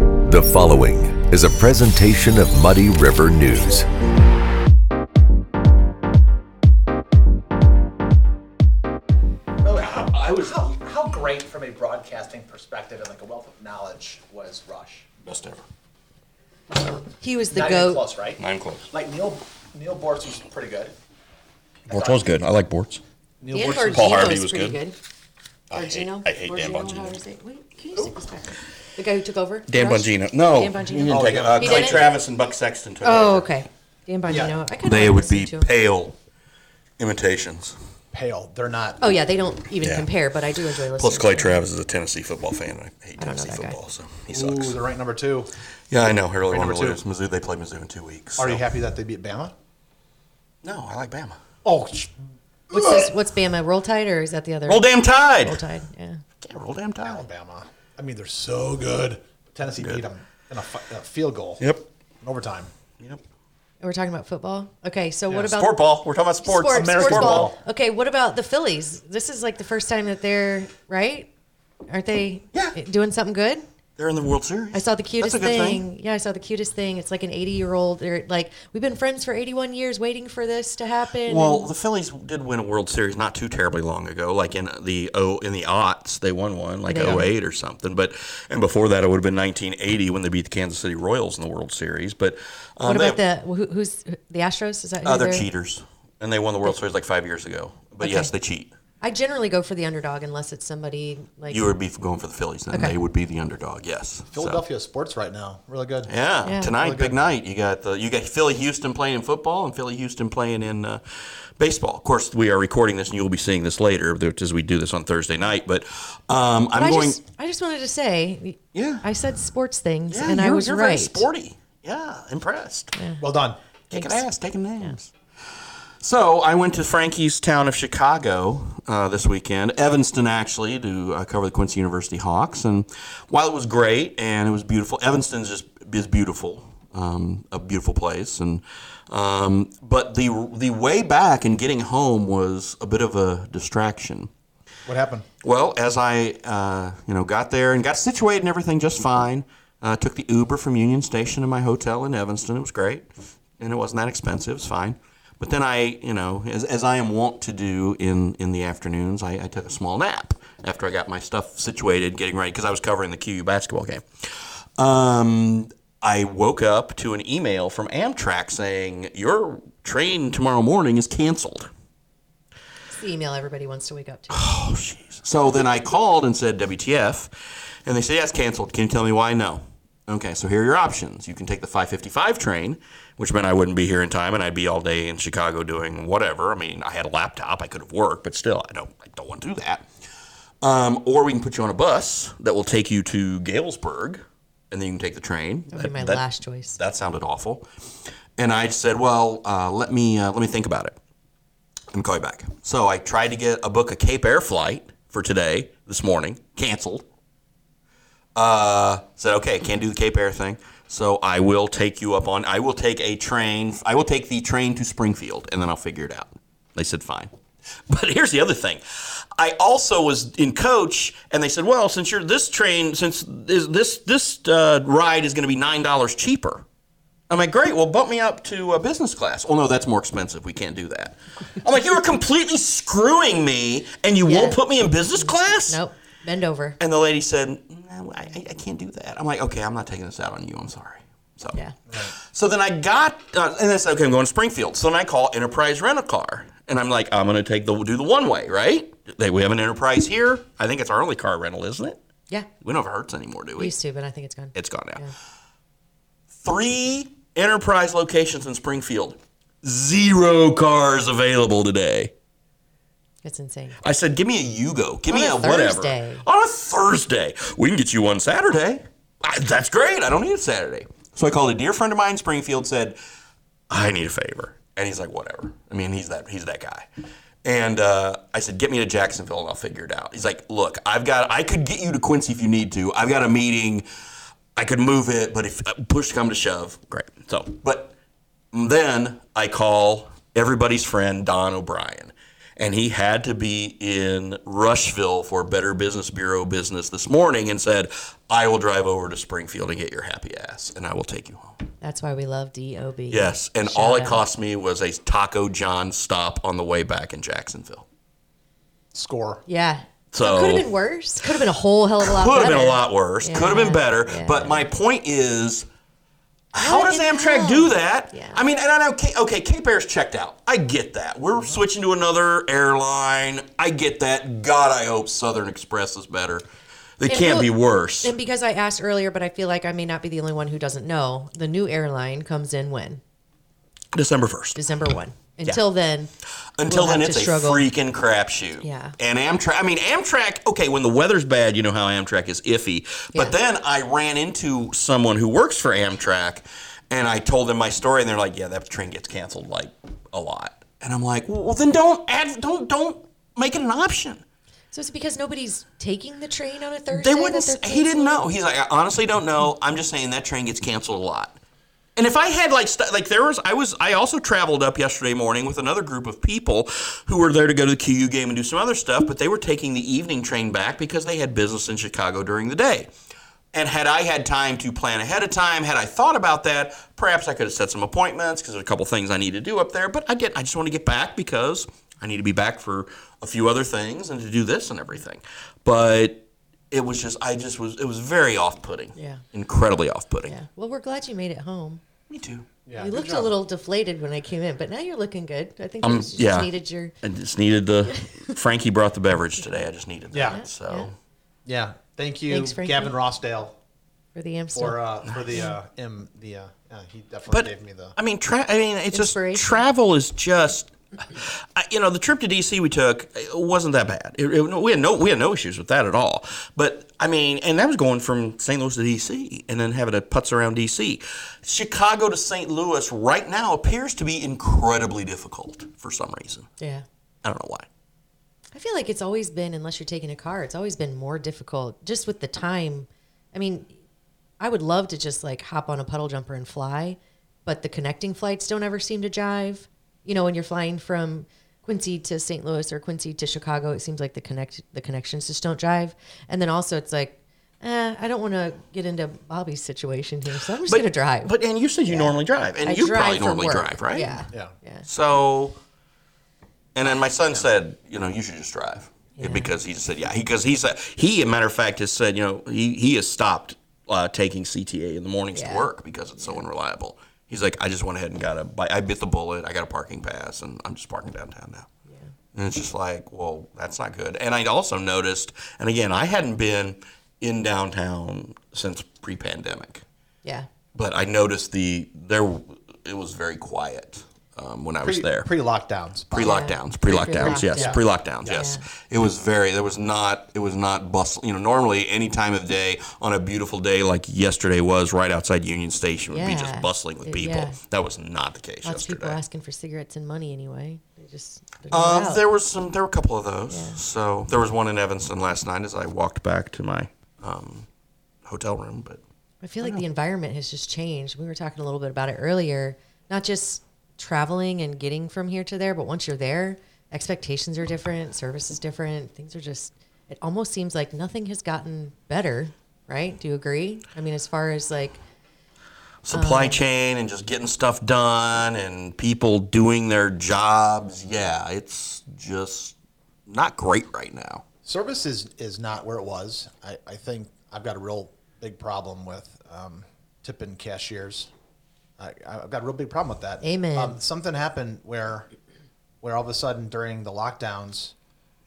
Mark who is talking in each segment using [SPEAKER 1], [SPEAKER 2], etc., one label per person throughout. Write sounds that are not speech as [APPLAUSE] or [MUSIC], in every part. [SPEAKER 1] The following is a presentation of Muddy River News.
[SPEAKER 2] Oh, how,
[SPEAKER 3] I was-
[SPEAKER 2] how, how great from a broadcasting perspective and like a wealth of knowledge was Rush.
[SPEAKER 3] Best ever.
[SPEAKER 4] He was the
[SPEAKER 2] Not even
[SPEAKER 4] goat.
[SPEAKER 2] close, right?
[SPEAKER 3] Not even close.
[SPEAKER 2] Like Neil Neil Bortz was pretty good.
[SPEAKER 5] Bortz was good. I like Bortz.
[SPEAKER 3] Neil
[SPEAKER 4] Dan
[SPEAKER 3] Bortz-
[SPEAKER 4] Bongino
[SPEAKER 3] Paul Harvey
[SPEAKER 4] is
[SPEAKER 3] was
[SPEAKER 4] pretty
[SPEAKER 3] good.
[SPEAKER 4] good.
[SPEAKER 3] I hate,
[SPEAKER 4] Bongino?
[SPEAKER 3] I hate Dan
[SPEAKER 4] Borgino, however you
[SPEAKER 3] Bongino.
[SPEAKER 4] say it. Wait, can you stick this back? The guy who took over?
[SPEAKER 5] Dan
[SPEAKER 4] Rush?
[SPEAKER 5] Bongino. No.
[SPEAKER 4] Dan
[SPEAKER 5] he
[SPEAKER 4] Bongino.
[SPEAKER 5] didn't take it. Uh,
[SPEAKER 4] He
[SPEAKER 5] Clay
[SPEAKER 4] didn't?
[SPEAKER 5] Travis and Buck Sexton took
[SPEAKER 4] Oh,
[SPEAKER 5] over.
[SPEAKER 4] okay. Dan Bongino.
[SPEAKER 2] Yeah.
[SPEAKER 4] I kind
[SPEAKER 5] They
[SPEAKER 4] of
[SPEAKER 5] would be
[SPEAKER 4] To him.
[SPEAKER 5] pale imitations.
[SPEAKER 2] Pale. They're not.
[SPEAKER 4] Oh yeah, they don't even
[SPEAKER 5] Yeah.
[SPEAKER 4] compare, but I do enjoy listening.
[SPEAKER 5] Plus, Clay
[SPEAKER 4] to him.
[SPEAKER 5] Travis is a Tennessee football fan. and I hate
[SPEAKER 4] don't know
[SPEAKER 5] Tennessee
[SPEAKER 4] that guy.
[SPEAKER 5] football, so he sucks.
[SPEAKER 2] ranked number two.
[SPEAKER 5] yeah, I know. I really
[SPEAKER 2] Right,
[SPEAKER 5] want
[SPEAKER 2] number
[SPEAKER 5] to
[SPEAKER 2] two.
[SPEAKER 5] lose. Mizzou, they play Mizzou in two weeks. so-
[SPEAKER 2] that they beat Bama?
[SPEAKER 5] No, I like Bama.
[SPEAKER 2] Oh,
[SPEAKER 4] What's this? What's Bama? Roll Tide, or is that the other?
[SPEAKER 5] Roll damn tide.
[SPEAKER 4] Roll Tide. Yeah.
[SPEAKER 5] Yeah, roll damn tide.
[SPEAKER 2] Alabama. I mean, they're so good. Tennessee beat them in a, fi- a field goal.
[SPEAKER 5] Yep.
[SPEAKER 2] In overtime.
[SPEAKER 5] Yep.
[SPEAKER 4] We're talking about football. Okay, so what about
[SPEAKER 5] Sport ball. We're talking about sports.
[SPEAKER 4] Sports,
[SPEAKER 2] American
[SPEAKER 4] sports ball.
[SPEAKER 2] football.
[SPEAKER 4] Okay, what about the Phillies? This is like the first time that they're right. Aren't they?
[SPEAKER 5] Yeah.
[SPEAKER 4] Doing something good.
[SPEAKER 5] They're in the World Series.
[SPEAKER 4] I saw the cutest
[SPEAKER 5] That's a good
[SPEAKER 4] thing. Yeah, I saw the cutest thing. It's like an 80 year old. They're like, we've been friends for 81 years waiting for this to happen.
[SPEAKER 5] Well,
[SPEAKER 4] And-
[SPEAKER 5] the Phillies did win a World Series not too terribly long ago, like in the oh in the aughts they won one, like
[SPEAKER 4] Yeah.
[SPEAKER 5] oh eight 08 or something. But and before that, it would have been 1980 when they beat the Kansas City Royals in the World Series. But um,
[SPEAKER 4] what
[SPEAKER 5] they-
[SPEAKER 4] about the who, who's the Astros? Is that who
[SPEAKER 5] uh, they're
[SPEAKER 4] they're-
[SPEAKER 5] cheaters, and they won the World Series like five years ago. But
[SPEAKER 4] Okay.
[SPEAKER 5] yes, they cheat.
[SPEAKER 4] I generally go for the underdog unless it's somebody like
[SPEAKER 5] You would be going for the Phillies, then
[SPEAKER 4] Okay.
[SPEAKER 5] they would be the underdog. Yes, So,
[SPEAKER 2] Philadelphia sports right now. Really good.
[SPEAKER 5] Yeah,
[SPEAKER 4] Yeah.
[SPEAKER 5] tonight,
[SPEAKER 2] Really
[SPEAKER 5] big
[SPEAKER 2] good.
[SPEAKER 5] night. You got the you got Philly Houston playing in football and Philly Houston playing in uh, baseball. Of course, we are recording this, and you will be seeing this later which is we do this on Thursday night. But um, I'm
[SPEAKER 4] But I
[SPEAKER 5] going.
[SPEAKER 4] just I just wanted to say
[SPEAKER 5] Yeah.
[SPEAKER 4] I said sports things
[SPEAKER 5] yeah,
[SPEAKER 4] and I
[SPEAKER 5] you're-
[SPEAKER 4] was
[SPEAKER 5] you're
[SPEAKER 4] right.
[SPEAKER 5] Very sporty. Yeah, impressed.
[SPEAKER 2] Well done.
[SPEAKER 5] Kicking ass, taking names. So I went to Frankie's town of Chicago uh, this weekend, Evanston actually, to uh, cover the Quincy University Hawks. And while it was great and it was beautiful, Evanston's just is beautiful, um, a beautiful place. And um, but the the way back and getting home was a bit of a distraction.
[SPEAKER 2] What happened?
[SPEAKER 5] Well, as I uh, you know got there and got situated and everything just fine, uh, took the Uber from Union Station to my hotel in Evanston. It was great, and it wasn't that expensive. It's fine. But then I, you know, as, as I am wont to do in, in the afternoons, I, I took a small nap after I got my stuff situated, getting ready because I was covering the QU basketball game. Um, I woke up to an email from Amtrak saying your train tomorrow morning is canceled.
[SPEAKER 4] It's the email everybody wants to wake
[SPEAKER 5] [SIGHS]
[SPEAKER 4] up to.
[SPEAKER 5] So then I called and said, WTF. And they said, yes, canceled. Can you tell me why? No. Okay, so here are your options. You can take the 555 train, which meant I wouldn't be here in time and I'd be all day in Chicago doing whatever. I mean, I had a laptop, I could have worked, but still, I don't, I don't want to do that. Um, or we can put you on a bus that will take you to Galesburg, and then you can take the train.
[SPEAKER 4] That'd be
[SPEAKER 5] That-
[SPEAKER 4] my
[SPEAKER 5] that-
[SPEAKER 4] last choice.
[SPEAKER 5] that sounded awful. And I said, well, uh, let me uh, let me think about it. Let me call you back. So I tried to get a book a Cape Air flight for today this morning, canceled. Uh, said, okay, can't do the Cape Air thing. So I will take you up on. I will take a train. I will take the train to Springfield, and then I'll figure it out. They said fine. [LAUGHS] But here's the other thing. I also was in coach, and they said, well, since you're this train, since this this, this uh, ride is going to be nine dollars cheaper. I'm like, great. Well, bump me up to uh, business class. Oh no, that's more expensive. We can't do that. I'm like, you were completely screwing me, and you won't
[SPEAKER 4] Yeah.
[SPEAKER 5] put me in business class.
[SPEAKER 4] Nope. Bend over.
[SPEAKER 5] And the lady said, no, I, I- I can't do that. I'm like, okay, I'm not taking this out on you. I'm sorry. So,
[SPEAKER 4] Yeah.
[SPEAKER 5] so then I got, uh, and I said, okay, I'm going to Springfield. So then I call Enterprise Rent a Car, and I'm like, I'm going to take the do the one way, right? They, we have an Enterprise here. I think it's our only car rental, isn't it?
[SPEAKER 4] Yeah.
[SPEAKER 5] We don't have Hertz anymore, do we?
[SPEAKER 4] Used to, but I think it's gone.
[SPEAKER 5] It's gone now.
[SPEAKER 4] Yeah.
[SPEAKER 5] Three Enterprise locations in Springfield. Zero cars available today.
[SPEAKER 4] It's insane.
[SPEAKER 5] I said, give me a Yugo. Give
[SPEAKER 4] On
[SPEAKER 5] me
[SPEAKER 4] a
[SPEAKER 5] a, whatever.
[SPEAKER 4] Thursday.
[SPEAKER 5] On a Thursday. We can get you one Saturday. I, that's great. I don't need a Saturday. So I called a dear friend of mine in Springfield, said, I need a favor. And he's like, whatever. I mean, he's that he's that guy. And uh, I said, get me to Jacksonville and I'll figure it out. He's like, look, I've got I could get you to Quincy if you need to. I've got a meeting. I could move it, but if uh, push come to shove, great. So, but then I call everybody's friend Don O'Brien, and he had to be in Rushville for Better Business Bureau business this morning and said, I will drive over to Springfield and get your happy ass and I will take you home.
[SPEAKER 4] That's why we love DOB.
[SPEAKER 5] Yes, and all it
[SPEAKER 4] Shout out.
[SPEAKER 5] cost me was a Taco John stop on the way back in Jacksonville.
[SPEAKER 2] Score.
[SPEAKER 4] Yeah.
[SPEAKER 5] So-
[SPEAKER 4] could have been worse. Could have been a whole hell of a lot.
[SPEAKER 5] Could have been a
[SPEAKER 4] better.
[SPEAKER 5] lot worse. Could have been
[SPEAKER 4] Yeah,
[SPEAKER 5] better. But
[SPEAKER 4] yeah.
[SPEAKER 5] my point is, how
[SPEAKER 4] Let
[SPEAKER 5] does
[SPEAKER 4] it
[SPEAKER 5] Amtrak
[SPEAKER 4] go.
[SPEAKER 5] do that?
[SPEAKER 4] Yeah.
[SPEAKER 5] I mean, and I know, K- okay, Cape Air's checked out. I get that. We're switching to another airline. I get that. God, I hope Southern Express is better. They can't
[SPEAKER 4] we'll-
[SPEAKER 5] be worse.
[SPEAKER 4] And because I asked earlier, but I feel like I may not be the only one who doesn't know, the new airline comes in when
[SPEAKER 5] December 1st.
[SPEAKER 4] December one. Until then,
[SPEAKER 5] Until
[SPEAKER 4] we'll
[SPEAKER 5] then,
[SPEAKER 4] have
[SPEAKER 5] it's
[SPEAKER 4] to
[SPEAKER 5] a
[SPEAKER 4] struggle.
[SPEAKER 5] freaking crapshoot.
[SPEAKER 4] Yeah.
[SPEAKER 5] And Amtrak, I mean, Amtrak, okay, when the weather's bad, you know how Amtrak is iffy. But
[SPEAKER 4] Yeah.
[SPEAKER 5] then I ran into someone who works for Amtrak and I told them my story and they're like, yeah, that train gets canceled like a lot. And I'm like, well, then don't add, don't, don't make it an option.
[SPEAKER 4] so it's because nobody's taking the train on a Thursday.
[SPEAKER 5] They
[SPEAKER 4] that
[SPEAKER 5] wouldn't.
[SPEAKER 4] they're
[SPEAKER 5] s- He didn't
[SPEAKER 4] canceling?
[SPEAKER 5] know. He's like, I honestly don't know. I'm just saying that train gets canceled a lot. And if I had like stu like there was I was I also traveled up yesterday morning with another group of people who were there to go to the QU game and do some other stuff, but they were taking the evening train back because they had business in Chicago during the day. And had I had time to plan ahead of time, had I thought about that, perhaps I could have set some appointments because there's a couple things I need to do up there. But I did. I just want to get back because I need to be back for a few other things and to do this and everything. But it was just I just was it was very off-putting.
[SPEAKER 4] Yeah.
[SPEAKER 5] Incredibly off-putting.
[SPEAKER 4] Yeah. Well, we're glad you made it home.
[SPEAKER 5] Me too.
[SPEAKER 2] Yeah,
[SPEAKER 4] you
[SPEAKER 2] good
[SPEAKER 4] looked a
[SPEAKER 2] job.
[SPEAKER 4] little deflated when I came in, but now you're looking good. I think you just
[SPEAKER 5] Um, yeah.
[SPEAKER 4] needed your.
[SPEAKER 5] I just needed the Frankie brought the beverage today. I just needed that.
[SPEAKER 2] Yeah.
[SPEAKER 5] So
[SPEAKER 2] Yeah, thank you,
[SPEAKER 4] Thanks, Frankie.
[SPEAKER 2] Gavin Rossdale,
[SPEAKER 4] For the Amstel.
[SPEAKER 2] for uh, for the uh, M the uh, uh, he definitely
[SPEAKER 5] But
[SPEAKER 2] gave me the
[SPEAKER 5] I mean, tra- I mean, it's just
[SPEAKER 4] Inspiration.
[SPEAKER 5] travel is just, I, you know, the trip to DC we took it wasn't that bad. It, it- we had no we had no issues with that at all. But I mean, and that was going from St. Louis to DC, and then having to putz around DC. Chicago to St. Louis right now appears to be incredibly difficult for some reason.
[SPEAKER 4] yeah.
[SPEAKER 5] I don't know why.
[SPEAKER 4] I feel like it's always been, unless you're taking a car, it's always been more difficult just with the time. I mean, I would love to just like hop on a puddle jumper and fly, but the connecting flights don't ever seem to jive. You know, when you're flying from Quincy to St. Louis or Quincy to Chicago, it seems like the connect the connections just don't jive. And then also, it's like, eh, I don't want to get into Bobby's situation here, so I'm just gonna drive.
[SPEAKER 5] But and you said you normally drive, and
[SPEAKER 4] I
[SPEAKER 5] you
[SPEAKER 4] drive
[SPEAKER 5] probably
[SPEAKER 4] for
[SPEAKER 5] normally
[SPEAKER 4] work.
[SPEAKER 5] drive, right?
[SPEAKER 4] Yeah.
[SPEAKER 2] Yeah.
[SPEAKER 4] Yeah.
[SPEAKER 5] So, and then my son said, you know, you should just drive because he said, yeah, because he said he, a matter of fact, has said, you know, he he has stopped uh, taking CTA in the mornings to
[SPEAKER 4] Yeah.
[SPEAKER 5] work because it's so unreliable. He's like, I just went ahead and got a, bi- I bit the bullet. I got a parking pass, and I'm just parking downtown now. And it's just like, well, that's not good. And I also noticed, and again, I hadn't been in downtown since pre-pandemic
[SPEAKER 4] yeah.
[SPEAKER 5] but I noticed the there it was very quiet um, when I was there.
[SPEAKER 2] pre lockdowns.
[SPEAKER 5] Pre lockdowns, pre lockdowns, yes,
[SPEAKER 2] Yeah.
[SPEAKER 5] pre lockdowns, yes. It was very there was not it was not bustle. You know, normally any time of day on a beautiful day like yesterday was right outside Union Station would be
[SPEAKER 4] Yeah.
[SPEAKER 5] just bustling with
[SPEAKER 4] Yeah.
[SPEAKER 5] people. That was not the case
[SPEAKER 4] Lots of people
[SPEAKER 5] yesterday.
[SPEAKER 4] asking for cigarettes and money anyway. They just they're not
[SPEAKER 5] Uh,
[SPEAKER 4] out.
[SPEAKER 5] there was some. There were a couple of those. So there was one in Evanston last night as I walked back to my um, hotel room. But
[SPEAKER 4] I feel like the environment has just changed. We were talking a little bit about it earlier. Not just traveling and getting from here to there, but once you're there, expectations are different, service is different. Things are just, it almost seems like nothing has gotten better, right? Do you agree? I mean, as far as like, Uh.
[SPEAKER 5] supply chain and just getting stuff done and people doing their jobs. Yeah, it's just not great right now.
[SPEAKER 2] Service is, is not where it was. I, I think I've got a real big problem with um, tipping cashiers. I, I've got a real big problem with that.
[SPEAKER 4] Amen.
[SPEAKER 2] Um, something happened where, where all of a sudden during the lockdowns,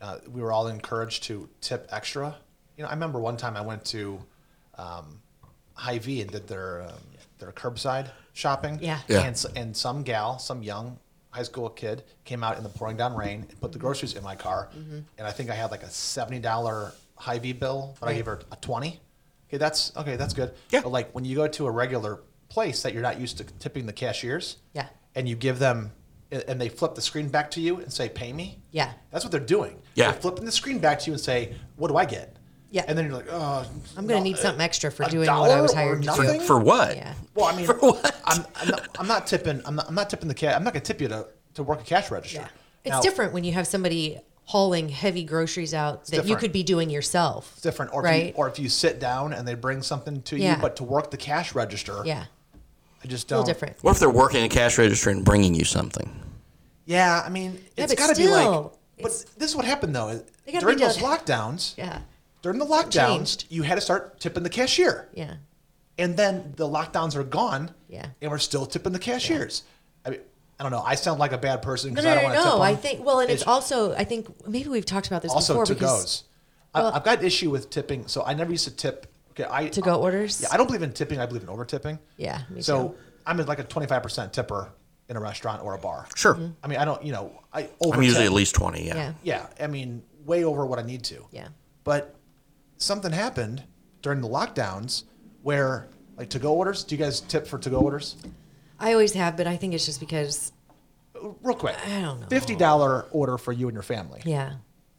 [SPEAKER 2] uh, we were all encouraged to tip extra. You know, I remember one time I went to um, Hy-Vee and did their um, their curbside shopping.
[SPEAKER 4] Yeah.
[SPEAKER 5] Yeah.
[SPEAKER 2] And, s- and some gal, some young high school kid, came out in the pouring down rain and put the groceries in my car.
[SPEAKER 4] Mm-hmm.
[SPEAKER 2] And I think I had like a seventy dollar Hy-Vee bill, but I gave her a twenty. Okay, that's okay. That's good.
[SPEAKER 5] Yeah.
[SPEAKER 2] But like when you go to a regular place that you're not used to tipping the cashiers.
[SPEAKER 4] Yeah.
[SPEAKER 2] And you give them, a- and they flip the screen back to you and say, "Pay me."
[SPEAKER 4] Yeah.
[SPEAKER 2] That's what they're doing.
[SPEAKER 5] Yeah.
[SPEAKER 2] They're flipping the screen back to you and say, "What do I get?"
[SPEAKER 4] Yeah.
[SPEAKER 2] And then you're like, "Oh,
[SPEAKER 4] I'm going
[SPEAKER 2] no,
[SPEAKER 4] to need
[SPEAKER 2] uh,
[SPEAKER 4] something extra for
[SPEAKER 2] a
[SPEAKER 4] doing what I
[SPEAKER 2] dollar
[SPEAKER 4] was
[SPEAKER 2] or
[SPEAKER 4] hired to
[SPEAKER 2] nothing?
[SPEAKER 4] do.
[SPEAKER 5] For, for what?
[SPEAKER 4] Yeah.
[SPEAKER 2] Well,
[SPEAKER 4] [LAUGHS]
[SPEAKER 2] I mean,
[SPEAKER 5] For what?
[SPEAKER 2] I'm, I'm, not, I'm not tipping. I'm not, I'm not tipping the cat. I'm not gonna tip you to, to work a cash register.
[SPEAKER 4] Yeah. It's
[SPEAKER 2] Now-
[SPEAKER 4] different when you have somebody hauling heavy groceries out that you
[SPEAKER 2] different.
[SPEAKER 4] could be doing yourself.
[SPEAKER 2] It's different. Or, if you,
[SPEAKER 4] right?
[SPEAKER 2] or if you sit down and they bring something to
[SPEAKER 4] Yeah.
[SPEAKER 2] you, but to work the cash register,
[SPEAKER 4] yeah,
[SPEAKER 2] I just
[SPEAKER 4] a
[SPEAKER 2] don't.
[SPEAKER 4] little different.
[SPEAKER 5] What if they're working a cash register and bringing you something?
[SPEAKER 2] Yeah, I mean,
[SPEAKER 4] Yeah,
[SPEAKER 2] it's
[SPEAKER 4] but
[SPEAKER 2] got to be like.
[SPEAKER 4] still,
[SPEAKER 2] But this is what happened though. is
[SPEAKER 4] They gotta be
[SPEAKER 2] During those
[SPEAKER 4] done.
[SPEAKER 2] lockdowns,
[SPEAKER 4] Yeah,
[SPEAKER 2] during the lockdowns,
[SPEAKER 4] changed.
[SPEAKER 2] you had to start tipping the cashier.
[SPEAKER 4] yeah.
[SPEAKER 2] and then the lockdowns are gone.
[SPEAKER 4] Yeah.
[SPEAKER 2] and we're still tipping the cashiers. I mean, I don't know. I sound like a bad person
[SPEAKER 4] No,
[SPEAKER 2] because
[SPEAKER 4] no,
[SPEAKER 2] I
[SPEAKER 4] no,
[SPEAKER 2] don't
[SPEAKER 4] no.
[SPEAKER 2] want to tip
[SPEAKER 4] no. I
[SPEAKER 2] them.
[SPEAKER 4] think well, and it's,
[SPEAKER 2] It's
[SPEAKER 4] also I think maybe we've talked about this
[SPEAKER 2] also
[SPEAKER 4] before
[SPEAKER 2] to
[SPEAKER 4] because
[SPEAKER 2] goes. I, I've got issue with tipping, so I never used to tip. Okay, I
[SPEAKER 4] to go orders.
[SPEAKER 2] Yeah, I don't believe in tipping. I believe in over tipping.
[SPEAKER 4] Yeah, me
[SPEAKER 2] so
[SPEAKER 4] too.
[SPEAKER 2] I'm like a 25 percent tipper in a restaurant or a bar.
[SPEAKER 5] Sure.
[SPEAKER 2] I mean, I don't. You know, I over.
[SPEAKER 5] I'm usually at least 20, yeah.
[SPEAKER 4] Mm-hmm. yeah,
[SPEAKER 2] Yeah, I mean, way over what I need to.
[SPEAKER 4] yeah.
[SPEAKER 2] But something happened during the lockdowns where like to go orders. Do you guys tip for to go orders?
[SPEAKER 4] I always have, but I think it's just because
[SPEAKER 2] real quick.
[SPEAKER 4] I don't know.
[SPEAKER 2] Fifty dollar order for you and your family.
[SPEAKER 4] yeah,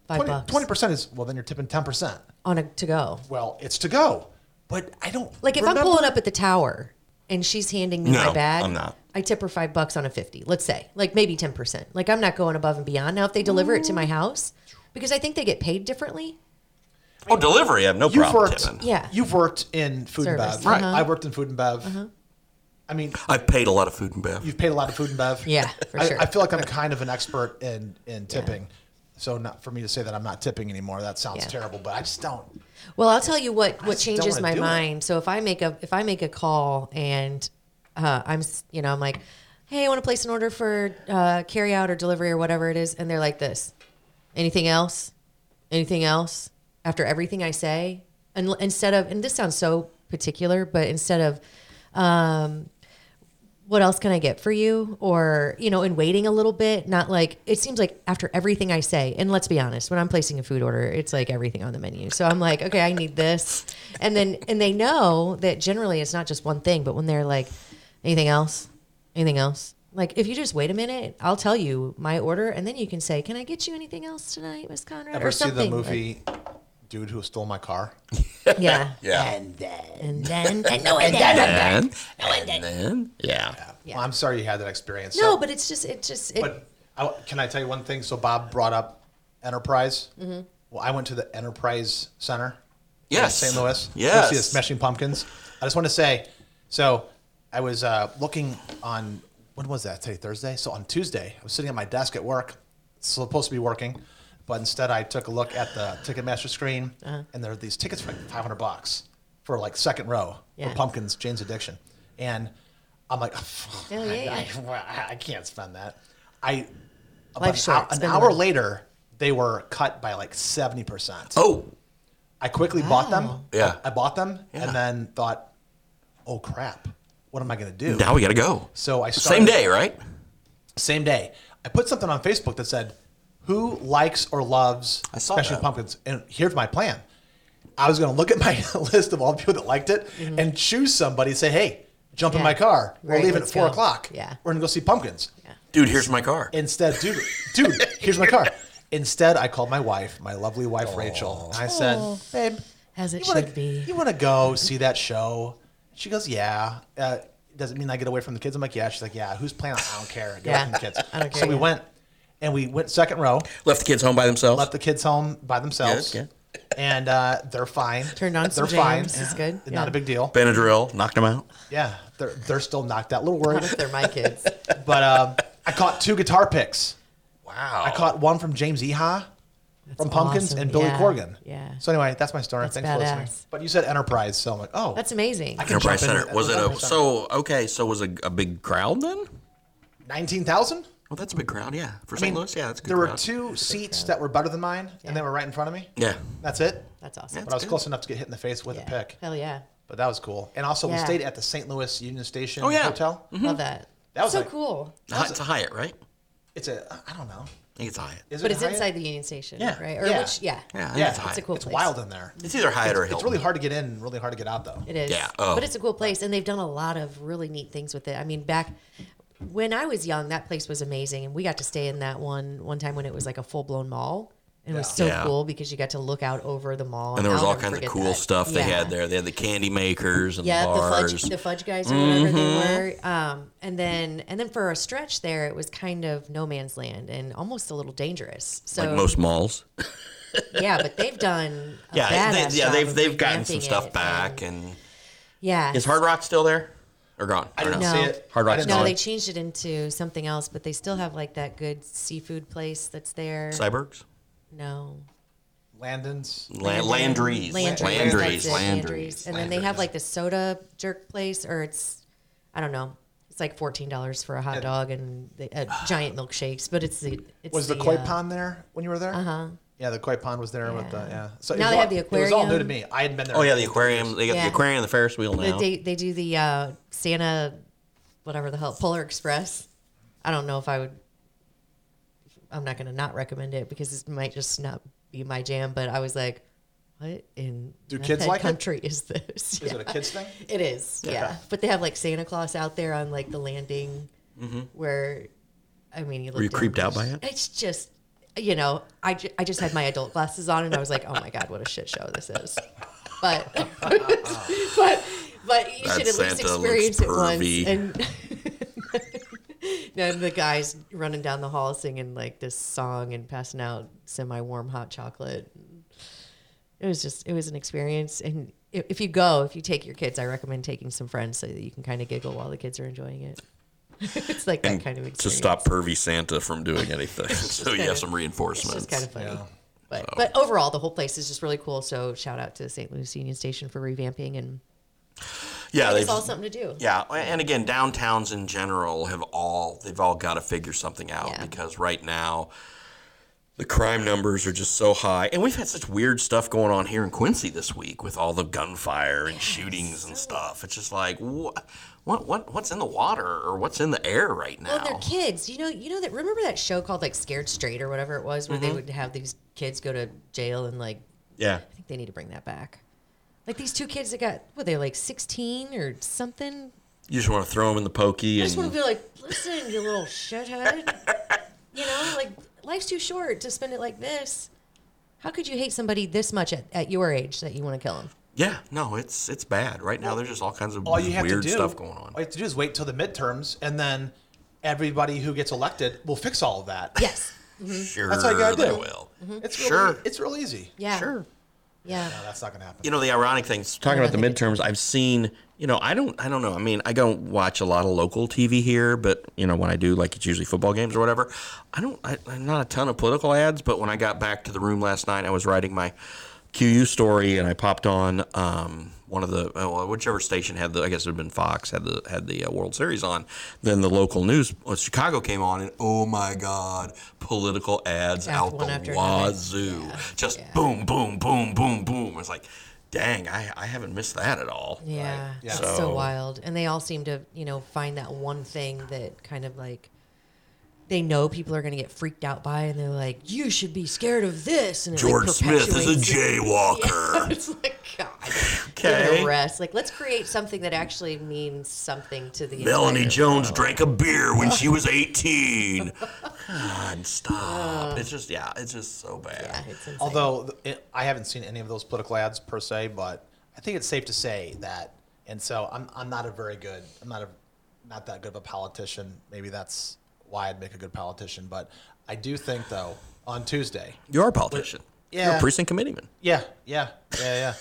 [SPEAKER 4] five bucks
[SPEAKER 2] Twenty percent is well. Then you're tipping ten percent.
[SPEAKER 4] on a to go.
[SPEAKER 2] Well, it's to go, but I don't
[SPEAKER 4] Like if
[SPEAKER 2] remember-
[SPEAKER 4] I'm pulling up at the tower and she's handing me
[SPEAKER 5] No,
[SPEAKER 4] my bag,
[SPEAKER 5] I'm not.
[SPEAKER 4] I tip her five bucks on a fifty, let's say, like maybe ten percent. Like I'm not going above and beyond. Now if they deliver it to my house, because I think they get paid differently.
[SPEAKER 5] Oh, delivery, I have no
[SPEAKER 2] You've
[SPEAKER 5] problem
[SPEAKER 2] worked,
[SPEAKER 5] tipping.
[SPEAKER 4] Yeah.
[SPEAKER 2] You've worked in food
[SPEAKER 4] Service, Uh-huh.
[SPEAKER 2] and bev.
[SPEAKER 4] Right.
[SPEAKER 2] I worked in food and bev. I mean,
[SPEAKER 5] I've paid a lot of food and bev.
[SPEAKER 2] you've paid a lot of food and bev.
[SPEAKER 4] Yeah, for
[SPEAKER 2] I,
[SPEAKER 4] sure.
[SPEAKER 2] I feel like I'm kind of an expert in in tipping. So not for me to say that I'm not tipping anymore. That sounds
[SPEAKER 4] Yeah.
[SPEAKER 2] terrible, but I just don't.
[SPEAKER 4] Well, I'll tell you what what
[SPEAKER 2] just
[SPEAKER 4] changes
[SPEAKER 2] don't wanna
[SPEAKER 4] my
[SPEAKER 2] do it.
[SPEAKER 4] mind. So if I make a if I make a call and uh, I'm s- you know I'm like, hey, I want to place an order for uh, carry out or delivery or whatever it is, and they're like this, anything else, anything else. After everything I say, and instead of and this sounds so particular, but instead of um, what else can I get for you? Or, you know, and waiting a little bit, not like it seems like after everything I say, and let's be honest, when I'm placing a food order, it's like everything on the menu. So I'm like, okay, I need this. And then, and they know that generally it's not just one thing, but when they're like, anything else, anything else, like if you just wait a minute, I'll tell you my order, and then you can say, can I get you anything else tonight, Miss Conrad?
[SPEAKER 2] Ever
[SPEAKER 4] or
[SPEAKER 2] see
[SPEAKER 4] something.
[SPEAKER 2] the
[SPEAKER 4] like-
[SPEAKER 2] movie Dude Who Stole My Car?
[SPEAKER 4] [LAUGHS] yeah.
[SPEAKER 5] Yeah.
[SPEAKER 4] And then, [LAUGHS] and no,
[SPEAKER 5] And
[SPEAKER 4] and
[SPEAKER 5] then,
[SPEAKER 4] then.
[SPEAKER 5] and then, yeah.
[SPEAKER 4] Yeah.
[SPEAKER 2] Well, I'm sorry you had that experience.
[SPEAKER 4] No,
[SPEAKER 2] So-
[SPEAKER 4] but it's just, it just, it,
[SPEAKER 2] But I, can I tell you one thing? So Bob brought up Enterprise.
[SPEAKER 4] Mm-hmm.
[SPEAKER 2] Well, I went to the Enterprise Center.
[SPEAKER 5] Yes.
[SPEAKER 2] in St. Louis.
[SPEAKER 5] Yes.
[SPEAKER 2] Go see the Smashing Pumpkins. I just want to say, so I was uh, looking on when was that? Today Thursday. So on Tuesday, I was sitting at my desk at work, supposed to be working, but instead I took a look at the Ticketmaster screen,
[SPEAKER 4] Uh-huh.
[SPEAKER 2] and there are these tickets for like 500 bucks for like second row
[SPEAKER 4] Yeah.
[SPEAKER 2] for Pumpkins, Jane's Addiction, and I'm like, [SIGHS]
[SPEAKER 4] Yeah, yeah,
[SPEAKER 2] I, I, I can't spend that. I about
[SPEAKER 4] Life's short.
[SPEAKER 2] an, hou- an
[SPEAKER 4] Spend the
[SPEAKER 2] hour
[SPEAKER 4] money.
[SPEAKER 2] later, they were cut by like seventy percent.
[SPEAKER 5] Oh,
[SPEAKER 2] I quickly bought them.
[SPEAKER 5] Yeah.
[SPEAKER 2] I bought them
[SPEAKER 5] Yeah.
[SPEAKER 2] and then thought, oh crap, what am I going to do?
[SPEAKER 5] now we got to go.
[SPEAKER 2] So I started,
[SPEAKER 5] Same day, right?
[SPEAKER 2] Same day. I put something on Facebook that said, who likes or loves
[SPEAKER 5] I saw
[SPEAKER 2] Smashing
[SPEAKER 5] that.
[SPEAKER 2] Pumpkins? And here's my plan. I was going to look at my [LAUGHS] list of all the people that liked it and choose somebody, say, hey, jump in
[SPEAKER 4] Mm-hmm. Yeah.
[SPEAKER 2] my car.
[SPEAKER 4] Right,
[SPEAKER 2] we're leaving at
[SPEAKER 4] let's
[SPEAKER 2] 4
[SPEAKER 4] go.
[SPEAKER 2] o'clock.
[SPEAKER 4] Yeah.
[SPEAKER 2] We're going to go see Pumpkins.
[SPEAKER 5] Dude, here's my car.
[SPEAKER 2] Instead, dude, dude, here's my car. Instead, I called my wife, my lovely wife, Rachel. And I said, babe,
[SPEAKER 4] as it
[SPEAKER 2] you wanna,
[SPEAKER 4] should be.
[SPEAKER 2] You want to go see that show? She goes, yeah. Uh, does it mean I get away from the kids? I'm like, yeah. She's like, yeah. Who's playing? I don't care. Get
[SPEAKER 4] Yeah.
[SPEAKER 2] away from the kids.
[SPEAKER 4] I don't
[SPEAKER 2] So
[SPEAKER 4] care,
[SPEAKER 2] we
[SPEAKER 4] yeah.
[SPEAKER 2] went, and we went second row.
[SPEAKER 5] Left the kids home by themselves.
[SPEAKER 2] Left the kids home by themselves.
[SPEAKER 5] Good,
[SPEAKER 2] And uh, they're fine.
[SPEAKER 4] Turned on
[SPEAKER 2] They're
[SPEAKER 4] some
[SPEAKER 2] fine.
[SPEAKER 4] jams. It's good.
[SPEAKER 2] Not
[SPEAKER 4] Yeah.
[SPEAKER 2] a big deal.
[SPEAKER 5] Benadryl, knocked them out.
[SPEAKER 2] Yeah, they're they're still knocked out. A little
[SPEAKER 4] What
[SPEAKER 2] worried,
[SPEAKER 4] if they're my kids?
[SPEAKER 2] but um, I caught two guitar picks.
[SPEAKER 5] Wow.
[SPEAKER 2] I caught one from James Eha, from Pumpkins,
[SPEAKER 4] awesome.
[SPEAKER 2] and Billy
[SPEAKER 4] Yeah,
[SPEAKER 2] Corgan.
[SPEAKER 4] yeah.
[SPEAKER 2] So anyway, that's my story.
[SPEAKER 4] That's
[SPEAKER 2] Thanks for listening.
[SPEAKER 4] badass.
[SPEAKER 2] But you said Enterprise, so I'm like, oh,
[SPEAKER 4] That's amazing.
[SPEAKER 2] I can
[SPEAKER 5] Enterprise
[SPEAKER 2] jump in
[SPEAKER 5] Center.
[SPEAKER 2] at
[SPEAKER 5] Was it a
[SPEAKER 2] 100%.
[SPEAKER 5] so okay? So was it a big crowd then?
[SPEAKER 2] Nineteen thousand?
[SPEAKER 5] Well, that's a big crowd. Yeah, for St. Louis. Yeah, that's a good.
[SPEAKER 2] There were
[SPEAKER 5] crowd.
[SPEAKER 2] two seats that were better than mine, and they were right in front of me.
[SPEAKER 5] Yeah.
[SPEAKER 2] That's it.
[SPEAKER 4] That's awesome.
[SPEAKER 2] But I was
[SPEAKER 5] good.
[SPEAKER 2] close enough to get hit in the face with a
[SPEAKER 4] Yeah.
[SPEAKER 2] pick.
[SPEAKER 4] Hell yeah.
[SPEAKER 2] But that was cool. And also, we
[SPEAKER 4] Yeah.
[SPEAKER 2] stayed at the St. Louis Union Station
[SPEAKER 5] Oh, yeah.
[SPEAKER 2] Hotel.
[SPEAKER 4] Love that.
[SPEAKER 2] That was
[SPEAKER 4] so
[SPEAKER 2] like-
[SPEAKER 4] cool.
[SPEAKER 5] Hi- It's a Hyatt, right?
[SPEAKER 2] It's a I don't know.
[SPEAKER 5] I think it's a Hyatt.
[SPEAKER 2] Is
[SPEAKER 4] But
[SPEAKER 2] it
[SPEAKER 4] it's
[SPEAKER 2] Hyatt?
[SPEAKER 4] inside the Union Station.
[SPEAKER 2] Yeah.
[SPEAKER 4] Right? Or
[SPEAKER 2] Yeah.
[SPEAKER 4] which, yeah.
[SPEAKER 5] Yeah, I think
[SPEAKER 2] Yeah,
[SPEAKER 5] it's a Hyatt.
[SPEAKER 4] It's a cool
[SPEAKER 2] It's
[SPEAKER 4] place.
[SPEAKER 2] wild in there.
[SPEAKER 5] It's either Hyatt or Hilton.
[SPEAKER 2] It's really hard to get in. Really hard to get out though.
[SPEAKER 4] It is.
[SPEAKER 5] Yeah. Oh.
[SPEAKER 4] But it's a cool place. And they've done a lot of really neat things with it. I mean, back when I was young, that place was amazing. And we got to stay in that one one time when it was like a full blown mall. And it was so
[SPEAKER 5] Yeah.
[SPEAKER 4] cool because you got to look out over the mall.
[SPEAKER 5] And there was
[SPEAKER 4] I'll
[SPEAKER 5] all
[SPEAKER 4] never
[SPEAKER 5] kinds of
[SPEAKER 4] forget
[SPEAKER 5] cool
[SPEAKER 4] that.
[SPEAKER 5] stuff they
[SPEAKER 4] Yeah.
[SPEAKER 5] had there. They had the candy makers and
[SPEAKER 4] Yeah,
[SPEAKER 5] the
[SPEAKER 4] the
[SPEAKER 5] bars. Mm-hmm.
[SPEAKER 4] fudge, the fudge guys or whatever they were. Um, and then and then for a stretch there, it was kind of no man's land and almost a little dangerous. So
[SPEAKER 5] like most malls.
[SPEAKER 4] yeah, but they've
[SPEAKER 5] [LAUGHS]
[SPEAKER 4] done a
[SPEAKER 5] Yeah,
[SPEAKER 4] badass
[SPEAKER 5] they, yeah,
[SPEAKER 4] job
[SPEAKER 5] they've
[SPEAKER 4] of
[SPEAKER 5] they've gotten some
[SPEAKER 4] revamping
[SPEAKER 5] stuff
[SPEAKER 4] it
[SPEAKER 5] back,
[SPEAKER 4] and-
[SPEAKER 5] and
[SPEAKER 4] yeah,
[SPEAKER 5] is Hard Rock still there or gone?
[SPEAKER 2] I
[SPEAKER 5] Or
[SPEAKER 2] didn't
[SPEAKER 5] no?
[SPEAKER 2] see it.
[SPEAKER 5] Hard Rock's
[SPEAKER 2] I didn't
[SPEAKER 5] not
[SPEAKER 4] No,
[SPEAKER 2] see
[SPEAKER 5] on.
[SPEAKER 4] they
[SPEAKER 2] it.
[SPEAKER 4] changed it into something else, but they still have like that good seafood place that's there.
[SPEAKER 5] Cybergs,
[SPEAKER 4] no,
[SPEAKER 2] Landon's.
[SPEAKER 5] La- Landry's,
[SPEAKER 4] Landry's,
[SPEAKER 5] Landry's,
[SPEAKER 4] that's it,
[SPEAKER 5] Landry's,
[SPEAKER 4] and then they have
[SPEAKER 5] Landry's.
[SPEAKER 4] like the soda jerk place, or it's I don't know, it's like fourteen dollars for a hot dog and the, uh, giant milkshakes, but it's the it's
[SPEAKER 2] Was the, koi
[SPEAKER 4] uh,
[SPEAKER 2] pond there when you were there? Uh huh. Yeah, the koi pond was there with the yeah. So it was
[SPEAKER 4] Uh-huh. Now they
[SPEAKER 2] all-
[SPEAKER 4] have the
[SPEAKER 2] It was all new to
[SPEAKER 4] aquarium.
[SPEAKER 2] me. I hadn't been there.
[SPEAKER 5] Oh yeah, the aquarium. They got
[SPEAKER 4] Yeah.
[SPEAKER 5] the aquarium, the Ferris wheel
[SPEAKER 4] They,
[SPEAKER 5] now.
[SPEAKER 4] they they do the uh, Santa, whatever the hell, Polar Express. I don't know if I would. I'm not going to not recommend it because it might just not be my jam. But I was like, what in
[SPEAKER 2] Do
[SPEAKER 4] the
[SPEAKER 2] kids
[SPEAKER 4] heck
[SPEAKER 2] like it?
[SPEAKER 4] country is this?
[SPEAKER 2] Is it a kids
[SPEAKER 5] [LAUGHS]
[SPEAKER 2] thing?
[SPEAKER 4] It is, yeah. But they have like Santa Claus out there on like the landing, where, I mean, you
[SPEAKER 5] Mm-hmm. Were you
[SPEAKER 4] look down-
[SPEAKER 5] creeped out by it?
[SPEAKER 4] It's just, you know, I, ju- I just had my adult glasses on and I was like, oh my god, what a shit show this is. But [LAUGHS] but but you
[SPEAKER 5] That
[SPEAKER 4] should at least
[SPEAKER 5] Santa looks
[SPEAKER 4] experience it
[SPEAKER 5] pervy.
[SPEAKER 4] once. And [LAUGHS] then the guys running down the hall singing like this song and passing out semi-warm hot chocolate. It was just it was an experience, and i- if you go, if you take your kids, I recommend taking some friends so that you can kind of giggle while the kids are enjoying it. [LAUGHS] it's like that kind of experience.
[SPEAKER 5] to stop pervy Santa from doing anything, [LAUGHS] so you
[SPEAKER 4] kinda-
[SPEAKER 5] have some
[SPEAKER 4] It's
[SPEAKER 5] reinforcements.
[SPEAKER 4] just kind of funny. But, but overall, the whole place is just really cool. So shout out to the St. Louis Union Station for revamping and
[SPEAKER 5] yeah,
[SPEAKER 4] it's
[SPEAKER 5] they've,
[SPEAKER 4] all something to do.
[SPEAKER 5] yeah, and again, downtowns in general have all they've all got to figure something out
[SPEAKER 4] Yeah.
[SPEAKER 5] because right now the crime numbers are just so high, and we've had such weird stuff going on here in Quincy this week with all the gunfire and shootings and stuff. It's just like what, what, what what's in the water or what's in the air right now?
[SPEAKER 4] Well, Oh, they're kids. You know, you know that. Remember that show called like Scared Straight or whatever it was, where they would have these kids go to jail and like.
[SPEAKER 5] Mm-hmm. yeah,
[SPEAKER 4] I think they need to bring that back. Like these two kids that got what they're like sixteen or something.
[SPEAKER 5] you just want to throw them in the pokey
[SPEAKER 4] I just want
[SPEAKER 5] and
[SPEAKER 4] to be like, listen, you little shithead. You know, like life's too short to spend it like this. How could you hate somebody this much at, at your age that you want to kill him?
[SPEAKER 5] yeah, no, it's it's bad right now. There's just all kinds of
[SPEAKER 2] All you have
[SPEAKER 5] weird
[SPEAKER 2] to do.
[SPEAKER 5] stuff going on.
[SPEAKER 2] All you have to do is wait till the midterms, and then everybody who gets elected will fix all of that.
[SPEAKER 4] Yes.
[SPEAKER 5] Sure,
[SPEAKER 2] That's what you gotta
[SPEAKER 5] they
[SPEAKER 2] do.
[SPEAKER 5] will.
[SPEAKER 2] It's real,
[SPEAKER 5] Sure.
[SPEAKER 2] It's real easy.
[SPEAKER 4] Mm-hmm. Yeah.
[SPEAKER 5] Sure.
[SPEAKER 4] Yeah.
[SPEAKER 2] No, that's not gonna happen.
[SPEAKER 5] You know the ironic thing. Talking about the midterms, I've seen. You know, I don't. I don't know. I mean, I don't watch a lot of local TV here, but you know, when I do, like it's usually football games or whatever. I don't. I, I'm not a ton of political ads, but when I got back to the room last night, I was writing my QU story, and I popped on um, one of the oh, well, whichever station had the. I guess it had been Fox had the had the uh, World Series on. Then the local news, uh, Chicago came on, and oh my God, political ads
[SPEAKER 4] Yeah,
[SPEAKER 5] out
[SPEAKER 4] one
[SPEAKER 5] the
[SPEAKER 4] after another.
[SPEAKER 5] wazoo. Just boom, boom, boom, boom, boom. It's like, dang, I, I haven't missed that at all.
[SPEAKER 4] Yeah,
[SPEAKER 2] Yeah.
[SPEAKER 4] it's so,
[SPEAKER 5] So-
[SPEAKER 4] wild, and they all seem to, you know, find that one thing that kind of like they know people are going to get freaked out by, and they're like, "You should be scared of this." And it, like,
[SPEAKER 5] George Smith is a
[SPEAKER 4] perpetuates it. [LAUGHS]
[SPEAKER 5] jaywalker.
[SPEAKER 4] It's like God,
[SPEAKER 5] Okay.
[SPEAKER 4] okay. rest. Like, let's create something that actually means something to the
[SPEAKER 5] Melanie
[SPEAKER 4] entire
[SPEAKER 5] Jones
[SPEAKER 4] world.
[SPEAKER 5] drank a beer when she
[SPEAKER 4] [LAUGHS]
[SPEAKER 5] was 18. God, stop. It's just, yeah, it's just so
[SPEAKER 4] Yeah,
[SPEAKER 5] bad.
[SPEAKER 4] it's insane.
[SPEAKER 2] Although th- it, I haven't seen any of those political ads per se, but I think it's safe to say that. And so I'm, I'm not a very good, I'm not a, not that good of a politician. Maybe that's why I'd make a good politician. But I do think though, on Tuesday,
[SPEAKER 5] You're a politician. You're a
[SPEAKER 2] Yeah.
[SPEAKER 5] precinct committeeman.
[SPEAKER 2] yeah, yeah, yeah, yeah,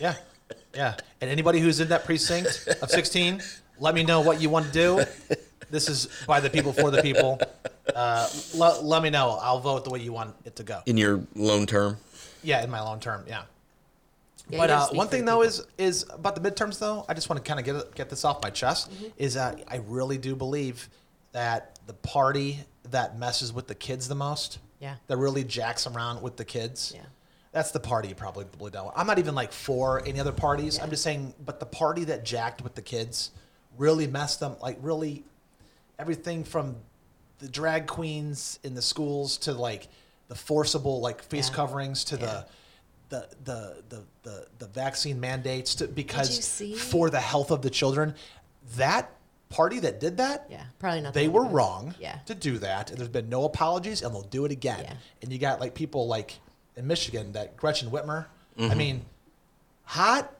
[SPEAKER 2] yeah, yeah. And anybody who's in that precinct of 16, let me know what you want to do. This is by the people for the people. Uh, le- let me know. I'll vote the way you want it to go.
[SPEAKER 5] In your lone term.
[SPEAKER 2] Yeah, in my long term. Yeah.
[SPEAKER 4] Yeah, you
[SPEAKER 2] But
[SPEAKER 4] gotta
[SPEAKER 2] uh,
[SPEAKER 4] speak
[SPEAKER 2] one
[SPEAKER 4] for
[SPEAKER 2] thing
[SPEAKER 4] the
[SPEAKER 2] though
[SPEAKER 4] people.
[SPEAKER 2] is is about the midterms though. I just want to kind of get it- get this off my chest.
[SPEAKER 4] Mm-hmm.
[SPEAKER 2] Is that I really do believe that the party that messes with the kids the most,
[SPEAKER 4] Yeah.
[SPEAKER 2] that really jacks around with the kids,
[SPEAKER 4] Yeah.
[SPEAKER 2] that's the party you probably probably don't. want. I'm not even like for any other parties. I'm
[SPEAKER 4] Yeah.
[SPEAKER 2] just saying, but the party that jacked with the kids really messed them like really everything from the drag queens in the schools to like the forcible like face
[SPEAKER 4] Yeah.
[SPEAKER 2] coverings to
[SPEAKER 4] Yeah.
[SPEAKER 2] the, the the the the the vaccine mandates to because
[SPEAKER 4] see?
[SPEAKER 2] for the health of the children that party that did that
[SPEAKER 4] Yeah, probably not the
[SPEAKER 2] they
[SPEAKER 4] only
[SPEAKER 2] were
[SPEAKER 4] one.
[SPEAKER 2] wrong
[SPEAKER 4] Yeah.
[SPEAKER 2] to do that and there's been no apologies and they'll do it again
[SPEAKER 4] Yeah.
[SPEAKER 2] and you got like people like in Michigan, that Gretchen Whitmer. I mean, hot,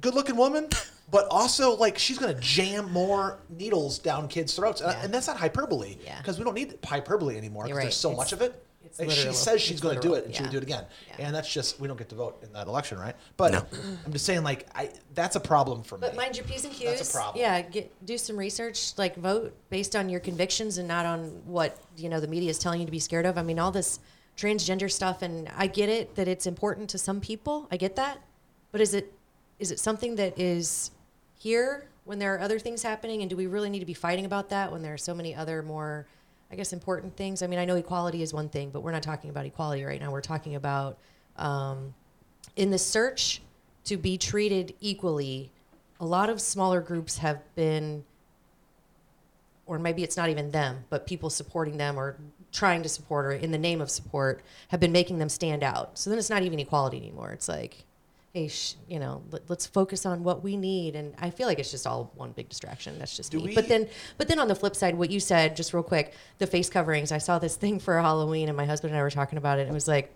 [SPEAKER 2] good looking
[SPEAKER 4] [LAUGHS]
[SPEAKER 2] woman, but also like she's gonna jam more needles down kids' throats, and, and that's not hyperbole.
[SPEAKER 4] Yeah.
[SPEAKER 2] Because we don't need hyperbole anymore. Because
[SPEAKER 4] You're right.
[SPEAKER 2] there's so
[SPEAKER 4] It's-
[SPEAKER 2] much of it.
[SPEAKER 4] it's
[SPEAKER 2] Like, she
[SPEAKER 4] literal.
[SPEAKER 2] says she's
[SPEAKER 4] It's
[SPEAKER 2] going to do
[SPEAKER 4] literal.
[SPEAKER 2] it, and she would
[SPEAKER 4] Yeah.
[SPEAKER 2] do it again.
[SPEAKER 4] Yeah.
[SPEAKER 2] And that's just we don't get to vote in that election, right? But
[SPEAKER 5] No.
[SPEAKER 2] I'm just saying, like, I that's a problem for
[SPEAKER 4] But
[SPEAKER 2] me.
[SPEAKER 4] mind your p's and q's.
[SPEAKER 2] That's a problem.
[SPEAKER 4] Yeah, get, do some research. Like vote based on your convictions and not on what you know the media is telling you to be scared of. I mean, all this transgender stuff, and I get it that it's important to some people. I get that, but is it is it something that is here when there are other things happening, and do we really need to be fighting about that when there are so many other more, I guess, important things? I mean, I know equality is one thing, but we're not talking about equality right now. We're talking about in the search to be treated equally, a lot of smaller groups have been, or maybe it's not even them, but people supporting them or trying to support or in the name of support have been making them stand out. So then it's not even equality anymore. It's like, hey, sh- you know, let, let's focus on what we need. And I feel like it's just all one big distraction. That's just
[SPEAKER 2] Do
[SPEAKER 4] me.
[SPEAKER 2] we-
[SPEAKER 4] but then and- but then on the flip side, what you said, just real quick, the face coverings. I saw this thing for Halloween, and my husband and I were talking about it. It was like,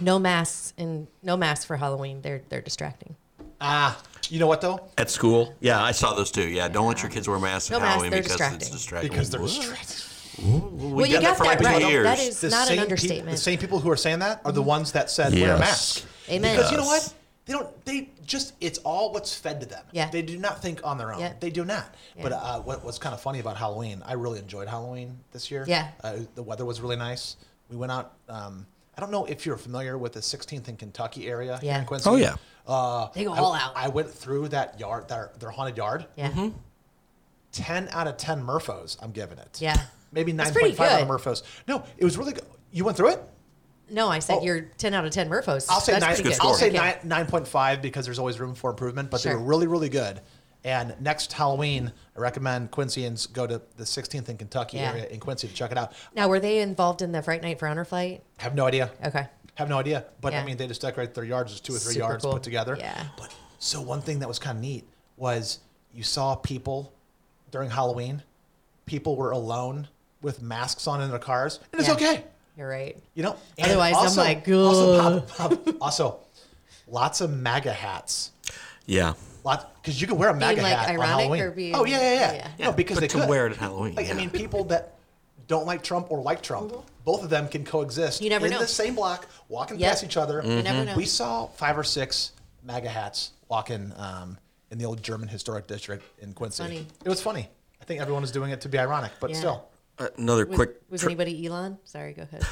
[SPEAKER 4] no masks and no masks for Halloween. They're they're distracting.
[SPEAKER 2] Ah, you know what though?
[SPEAKER 5] At school? Yeah, I saw those too. Yeah, don't let your kids wear masks
[SPEAKER 4] No
[SPEAKER 5] at
[SPEAKER 4] masks,
[SPEAKER 5] Halloween
[SPEAKER 4] they're
[SPEAKER 5] because it's
[SPEAKER 4] distracting.
[SPEAKER 5] distracting.
[SPEAKER 2] Because they're
[SPEAKER 5] What?
[SPEAKER 2] distracted.
[SPEAKER 5] We've
[SPEAKER 4] Well, you
[SPEAKER 5] done that
[SPEAKER 4] got
[SPEAKER 5] for
[SPEAKER 4] that
[SPEAKER 5] like
[SPEAKER 4] right.
[SPEAKER 5] two years.
[SPEAKER 4] That is not an
[SPEAKER 2] peop-
[SPEAKER 4] understatement. Mm-hmm.
[SPEAKER 2] the same people who are saying that are the ones that said wear a
[SPEAKER 5] Yes.
[SPEAKER 2] mask.
[SPEAKER 4] Amen.
[SPEAKER 2] Because you know
[SPEAKER 5] Yes.
[SPEAKER 2] what? They don't. They just. It's all what's fed to them.
[SPEAKER 4] Yeah.
[SPEAKER 2] They do not think on their own.
[SPEAKER 4] Yeah.
[SPEAKER 2] They do not. But
[SPEAKER 4] Yeah.
[SPEAKER 2] uh, what, what's kind of funny about Halloween? I really enjoyed Halloween this year.
[SPEAKER 4] Yeah.
[SPEAKER 2] Uh, the weather was really nice. We went out. Um, I don't know if you're familiar with the 16th and Kentucky area here
[SPEAKER 4] Yeah.
[SPEAKER 2] in Quincy.
[SPEAKER 5] Oh, yeah.
[SPEAKER 2] Uh,
[SPEAKER 4] They go
[SPEAKER 2] I-
[SPEAKER 4] all out. Mm-hmm.
[SPEAKER 2] I went through that yard, their, their haunted yard.
[SPEAKER 4] Yeah,
[SPEAKER 2] 10 out of 10 Murphos, I'm giving it.
[SPEAKER 4] yeah.
[SPEAKER 2] Maybe
[SPEAKER 4] That's
[SPEAKER 2] 9.5 out of
[SPEAKER 4] pretty
[SPEAKER 2] Murphos. No, it was really good. You went through it?
[SPEAKER 4] No, I said
[SPEAKER 2] Oh.
[SPEAKER 4] you're ten out of ten Murphos.
[SPEAKER 2] I'll say
[SPEAKER 4] That's
[SPEAKER 2] nine.
[SPEAKER 4] pretty
[SPEAKER 5] Good
[SPEAKER 2] I'll
[SPEAKER 5] score.
[SPEAKER 2] say
[SPEAKER 4] Okay.
[SPEAKER 2] nine nine point five because there's always room for improvement. But they
[SPEAKER 4] Sure.
[SPEAKER 2] were really really good. And next Halloween, I recommend Quincyans go to the 16th and Kentucky
[SPEAKER 4] Yeah.
[SPEAKER 2] area in Quincy to check it out.
[SPEAKER 4] Now, were they involved in the Fright Night for Honor flight?
[SPEAKER 2] Have no idea.
[SPEAKER 4] Okay.
[SPEAKER 2] Have no idea. But I
[SPEAKER 4] Yeah.
[SPEAKER 2] mean, they just decorate their yards as two or three
[SPEAKER 4] Super
[SPEAKER 2] yards
[SPEAKER 4] cool.
[SPEAKER 2] put together.
[SPEAKER 4] Yeah.
[SPEAKER 2] But so one thing that was kind of neat was you saw people during Halloween. People were alone with masks on in their cars, and it's
[SPEAKER 4] Yeah.
[SPEAKER 2] okay.
[SPEAKER 4] You're right.
[SPEAKER 2] You know,
[SPEAKER 4] Otherwise, I'm like,
[SPEAKER 2] also, pop- pop- also, lots of MAGA hats.
[SPEAKER 5] Yeah.
[SPEAKER 2] Lot because you could wear a MAGA
[SPEAKER 4] like,
[SPEAKER 2] hat on
[SPEAKER 4] ironic
[SPEAKER 2] Halloween.
[SPEAKER 4] or being-
[SPEAKER 2] oh yeah, yeah, yeah.
[SPEAKER 4] yeah.
[SPEAKER 2] No, because
[SPEAKER 5] but
[SPEAKER 2] they
[SPEAKER 5] to
[SPEAKER 2] could
[SPEAKER 5] wear it at Halloween.
[SPEAKER 2] Like,
[SPEAKER 5] yeah.
[SPEAKER 2] I mean, people that don't like Trump or like Trump, both of them can coexist
[SPEAKER 4] Mm-hmm. You never
[SPEAKER 2] in
[SPEAKER 4] know.
[SPEAKER 2] the same block, walking
[SPEAKER 4] Yep.
[SPEAKER 2] past each other. You
[SPEAKER 5] Mm-hmm.
[SPEAKER 4] never Mhm. know.
[SPEAKER 2] We saw five or six MAGA hats walking um, in the old German historic district in Quincy.
[SPEAKER 4] funny.
[SPEAKER 2] It was funny. I think everyone was doing it to be ironic, but
[SPEAKER 4] Yeah.
[SPEAKER 2] still.
[SPEAKER 5] Uh, another
[SPEAKER 4] Was,
[SPEAKER 5] quick
[SPEAKER 4] was
[SPEAKER 5] tr-
[SPEAKER 4] anybody Elon? Sorry, go ahead.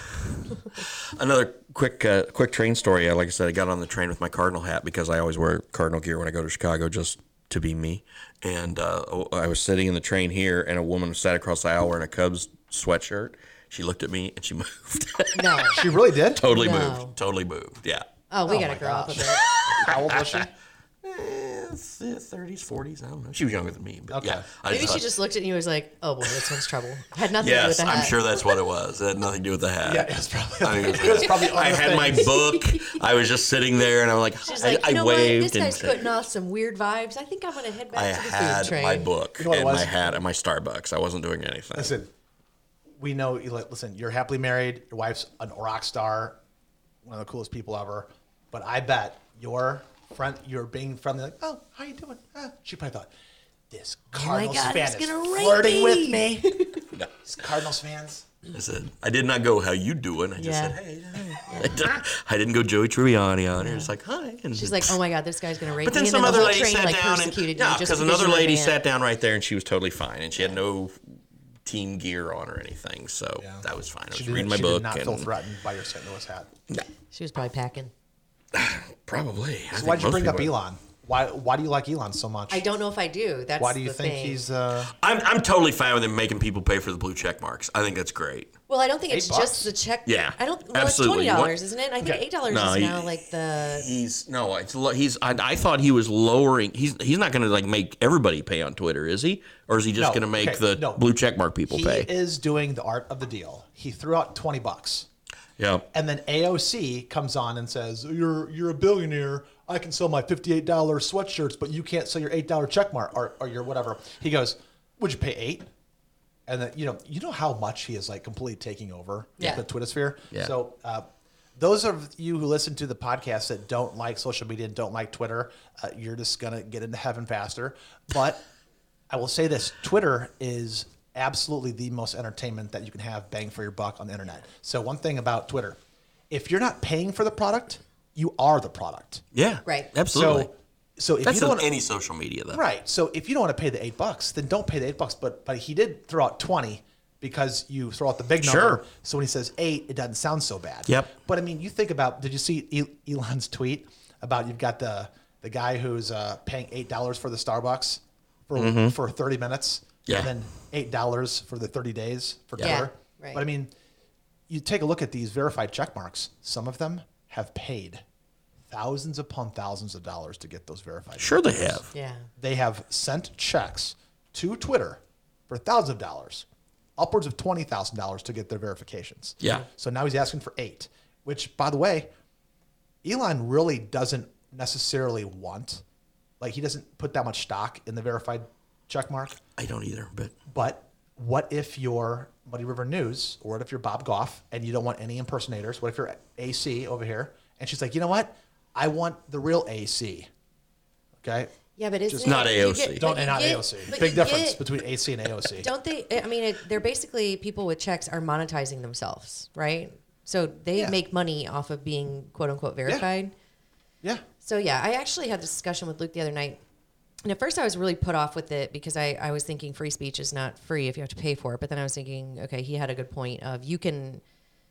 [SPEAKER 5] another quick uh, quick train story. Uh, Like I said, I got on the train with my cardinal hat because I always wear cardinal gear when I go to Chicago just to be me. And uh, I was sitting in the train here, and a woman sat across the aisle wearing a Cubs sweatshirt. She looked at me and she [LAUGHS] moved.
[SPEAKER 4] No.
[SPEAKER 2] She really did.
[SPEAKER 5] totally
[SPEAKER 4] No.
[SPEAKER 5] moved. Totally moved. Yeah.
[SPEAKER 4] Oh, we gotta
[SPEAKER 2] my
[SPEAKER 4] grow up a
[SPEAKER 2] gosh.
[SPEAKER 4] bit.
[SPEAKER 5] [LAUGHS]
[SPEAKER 2] How old was she?
[SPEAKER 5] Eh, Thirties, forties. I don't know. She was younger than me, but
[SPEAKER 2] Okay.
[SPEAKER 5] yeah. I
[SPEAKER 4] Maybe she
[SPEAKER 5] thought-
[SPEAKER 4] just looked at you and was like, "Oh boy, this one's trouble." Had nothing
[SPEAKER 5] Yes,
[SPEAKER 4] to do with the
[SPEAKER 5] I'm
[SPEAKER 4] hat.
[SPEAKER 5] sure that's what it was. It had nothing to do with the hat.
[SPEAKER 2] Yeah, [LAUGHS] it was probably.
[SPEAKER 5] I, mean, [LAUGHS] it was-
[SPEAKER 2] it was probably
[SPEAKER 5] I
[SPEAKER 2] other
[SPEAKER 5] had my
[SPEAKER 2] things.
[SPEAKER 5] book. I was just sitting there, and I'm like,
[SPEAKER 4] She's
[SPEAKER 5] I,
[SPEAKER 4] like, you
[SPEAKER 5] I
[SPEAKER 4] know what? This
[SPEAKER 5] waved and
[SPEAKER 4] guy's
[SPEAKER 5] said-
[SPEAKER 4] putting off some weird vibes. I think I'm gonna head back
[SPEAKER 5] I
[SPEAKER 4] to the food
[SPEAKER 5] had
[SPEAKER 4] train.
[SPEAKER 5] my book
[SPEAKER 2] You know what it
[SPEAKER 5] and my
[SPEAKER 2] was?
[SPEAKER 5] hat and my Starbucks. I wasn't doing anything.
[SPEAKER 2] Listen, we know. you like, Listen, you're happily married. Your wife's an rock star, one of the coolest people ever. But I bet your friend, you're being friendly, like, "Oh, how you doing?" Ah, she probably thought, "This Cardinals
[SPEAKER 4] Oh God,
[SPEAKER 2] fan
[SPEAKER 4] he's
[SPEAKER 2] is
[SPEAKER 4] gonna rape
[SPEAKER 2] flirting
[SPEAKER 4] me."
[SPEAKER 2] with
[SPEAKER 4] [LAUGHS]
[SPEAKER 2] me."
[SPEAKER 5] No.
[SPEAKER 2] These Cardinals fans.
[SPEAKER 5] I said I did not go. How you doing? I just
[SPEAKER 4] Yeah.
[SPEAKER 5] said hey. [LAUGHS] I didn't- I didn't go Joey Tribbiani on her. It's like hi. And
[SPEAKER 4] She's like, "Oh my god, this guy's gonna rape
[SPEAKER 5] But then
[SPEAKER 4] me."
[SPEAKER 5] some
[SPEAKER 4] and then
[SPEAKER 5] other
[SPEAKER 4] the whole
[SPEAKER 5] lady
[SPEAKER 4] train,
[SPEAKER 5] sat
[SPEAKER 4] like,
[SPEAKER 5] down and
[SPEAKER 4] persecuted you
[SPEAKER 5] no,
[SPEAKER 4] just
[SPEAKER 5] because another
[SPEAKER 4] you're a
[SPEAKER 5] lady
[SPEAKER 4] man.
[SPEAKER 5] sat down right there and she was totally fine and she had no team gear on or anything, so that was fine. I was
[SPEAKER 2] She did,
[SPEAKER 5] reading my
[SPEAKER 2] she
[SPEAKER 5] book.
[SPEAKER 2] did not
[SPEAKER 5] and
[SPEAKER 2] feel threatened by your St. Louis hat.
[SPEAKER 4] She was probably packing.
[SPEAKER 5] Probably.
[SPEAKER 2] So
[SPEAKER 5] I think
[SPEAKER 2] why'd you
[SPEAKER 5] most
[SPEAKER 2] bring up
[SPEAKER 5] people-
[SPEAKER 2] Elon? Why Why do you like Elon so much?
[SPEAKER 4] I don't know if I do. That's
[SPEAKER 2] why do you
[SPEAKER 4] the
[SPEAKER 2] think
[SPEAKER 4] thing.
[SPEAKER 2] he's? Uh,
[SPEAKER 5] I'm, I'm totally fine with him making people pay for the blue check marks. I think that's great.
[SPEAKER 4] Well, I don't think it's
[SPEAKER 2] bucks?
[SPEAKER 4] just the check.
[SPEAKER 5] Yeah,
[SPEAKER 4] I don't. Well,
[SPEAKER 5] absolutely.
[SPEAKER 4] it's
[SPEAKER 5] You
[SPEAKER 4] twenty
[SPEAKER 5] want-
[SPEAKER 4] dollars, isn't it? I think
[SPEAKER 2] Okay.
[SPEAKER 4] eight dollars
[SPEAKER 5] No,
[SPEAKER 4] is
[SPEAKER 5] you-
[SPEAKER 4] now like the.
[SPEAKER 5] He's no, it's lo- he's. I, I thought he was lowering. He's he's not going to like make everybody pay on Twitter, is he? Or is he just
[SPEAKER 2] No,
[SPEAKER 5] going to make
[SPEAKER 2] okay,
[SPEAKER 5] the
[SPEAKER 2] no.
[SPEAKER 5] blue check mark people
[SPEAKER 2] he
[SPEAKER 5] pay?
[SPEAKER 2] is doing the art of the deal. He threw out twenty bucks.
[SPEAKER 5] yeah.
[SPEAKER 2] And then AOC comes on and says, "You're you're a billionaire. I can sell my fifty-eight dollar sweatshirts, but you can't sell your eight dollar checkmark or or your whatever." He goes, "Would you pay eight? And then you know you know how much he is like completely taking over
[SPEAKER 4] Yeah.
[SPEAKER 2] the Twitter sphere.
[SPEAKER 5] Yeah.
[SPEAKER 2] So uh, Those of you who listen to the podcast that don't like social media and don't like Twitter, uh, you're just gonna get into heaven faster. But I will say this: Twitter is absolutely the most entertainment that you can have bang for your buck on the internet. So one thing about Twitter: if you're not paying for the product, you are the product.
[SPEAKER 5] Yeah.
[SPEAKER 4] Right.
[SPEAKER 5] Absolutely.
[SPEAKER 2] So, so if
[SPEAKER 5] That's
[SPEAKER 2] you don't
[SPEAKER 5] on
[SPEAKER 2] wanna-
[SPEAKER 5] any social media, though.
[SPEAKER 2] Right. So if you don't want to pay the eight bucks, then don't pay the eight bucks. But but he did throw out twenty because you throw out the big number.
[SPEAKER 5] Sure.
[SPEAKER 2] So when he says eight, it doesn't sound so bad.
[SPEAKER 5] Yep.
[SPEAKER 2] But I mean, you think about. Did you see E- Elon's tweet about you've got the the guy who's uh, paying eight dollars for the Starbucks for for thirty minutes.
[SPEAKER 5] Mm-hmm. Yeah.
[SPEAKER 2] And then eight dollars for the thirty days for
[SPEAKER 4] Yeah.
[SPEAKER 2] Twitter.
[SPEAKER 4] Yeah, right.
[SPEAKER 2] But I mean, you take a look at these verified check marks. Some of them have paid thousands upon thousands of dollars to get those verified.
[SPEAKER 5] Sure, they have.
[SPEAKER 4] Yeah.
[SPEAKER 2] They have sent checks to Twitter for thousands of dollars, upwards of twenty thousand dollars to get their verifications.
[SPEAKER 5] Yeah.
[SPEAKER 2] So now he's asking for eight, which, by the way, Elon really doesn't necessarily want. Like he doesn't put that much stock in the verified check mark.
[SPEAKER 5] I don't either, but
[SPEAKER 2] But what if you're Muddy River News, or what if you're Bob Goff and you don't want any impersonators? What if you're AC over here? And she's like, you know what? I want the real AC. Okay.
[SPEAKER 4] Yeah, but isn't
[SPEAKER 2] Just
[SPEAKER 4] it-
[SPEAKER 5] Not
[SPEAKER 4] you
[SPEAKER 5] AOC.
[SPEAKER 4] but
[SPEAKER 2] Don't
[SPEAKER 4] you
[SPEAKER 2] and not
[SPEAKER 4] get-
[SPEAKER 2] AOC.
[SPEAKER 4] but
[SPEAKER 2] Big
[SPEAKER 4] you
[SPEAKER 2] difference
[SPEAKER 4] get-
[SPEAKER 2] between AC and AOC.
[SPEAKER 4] Don't they? I mean, it, they're basically people with checks are monetizing themselves, right? So they
[SPEAKER 2] Yeah.
[SPEAKER 4] make money off of being quote unquote verified.
[SPEAKER 2] yeah.
[SPEAKER 4] So yeah, I actually had this discussion with Luke the other night. And at first I was really put off with it because I, I was thinking free speech is not free if you have to pay for it. But then I was thinking, okay, he had a good point of you can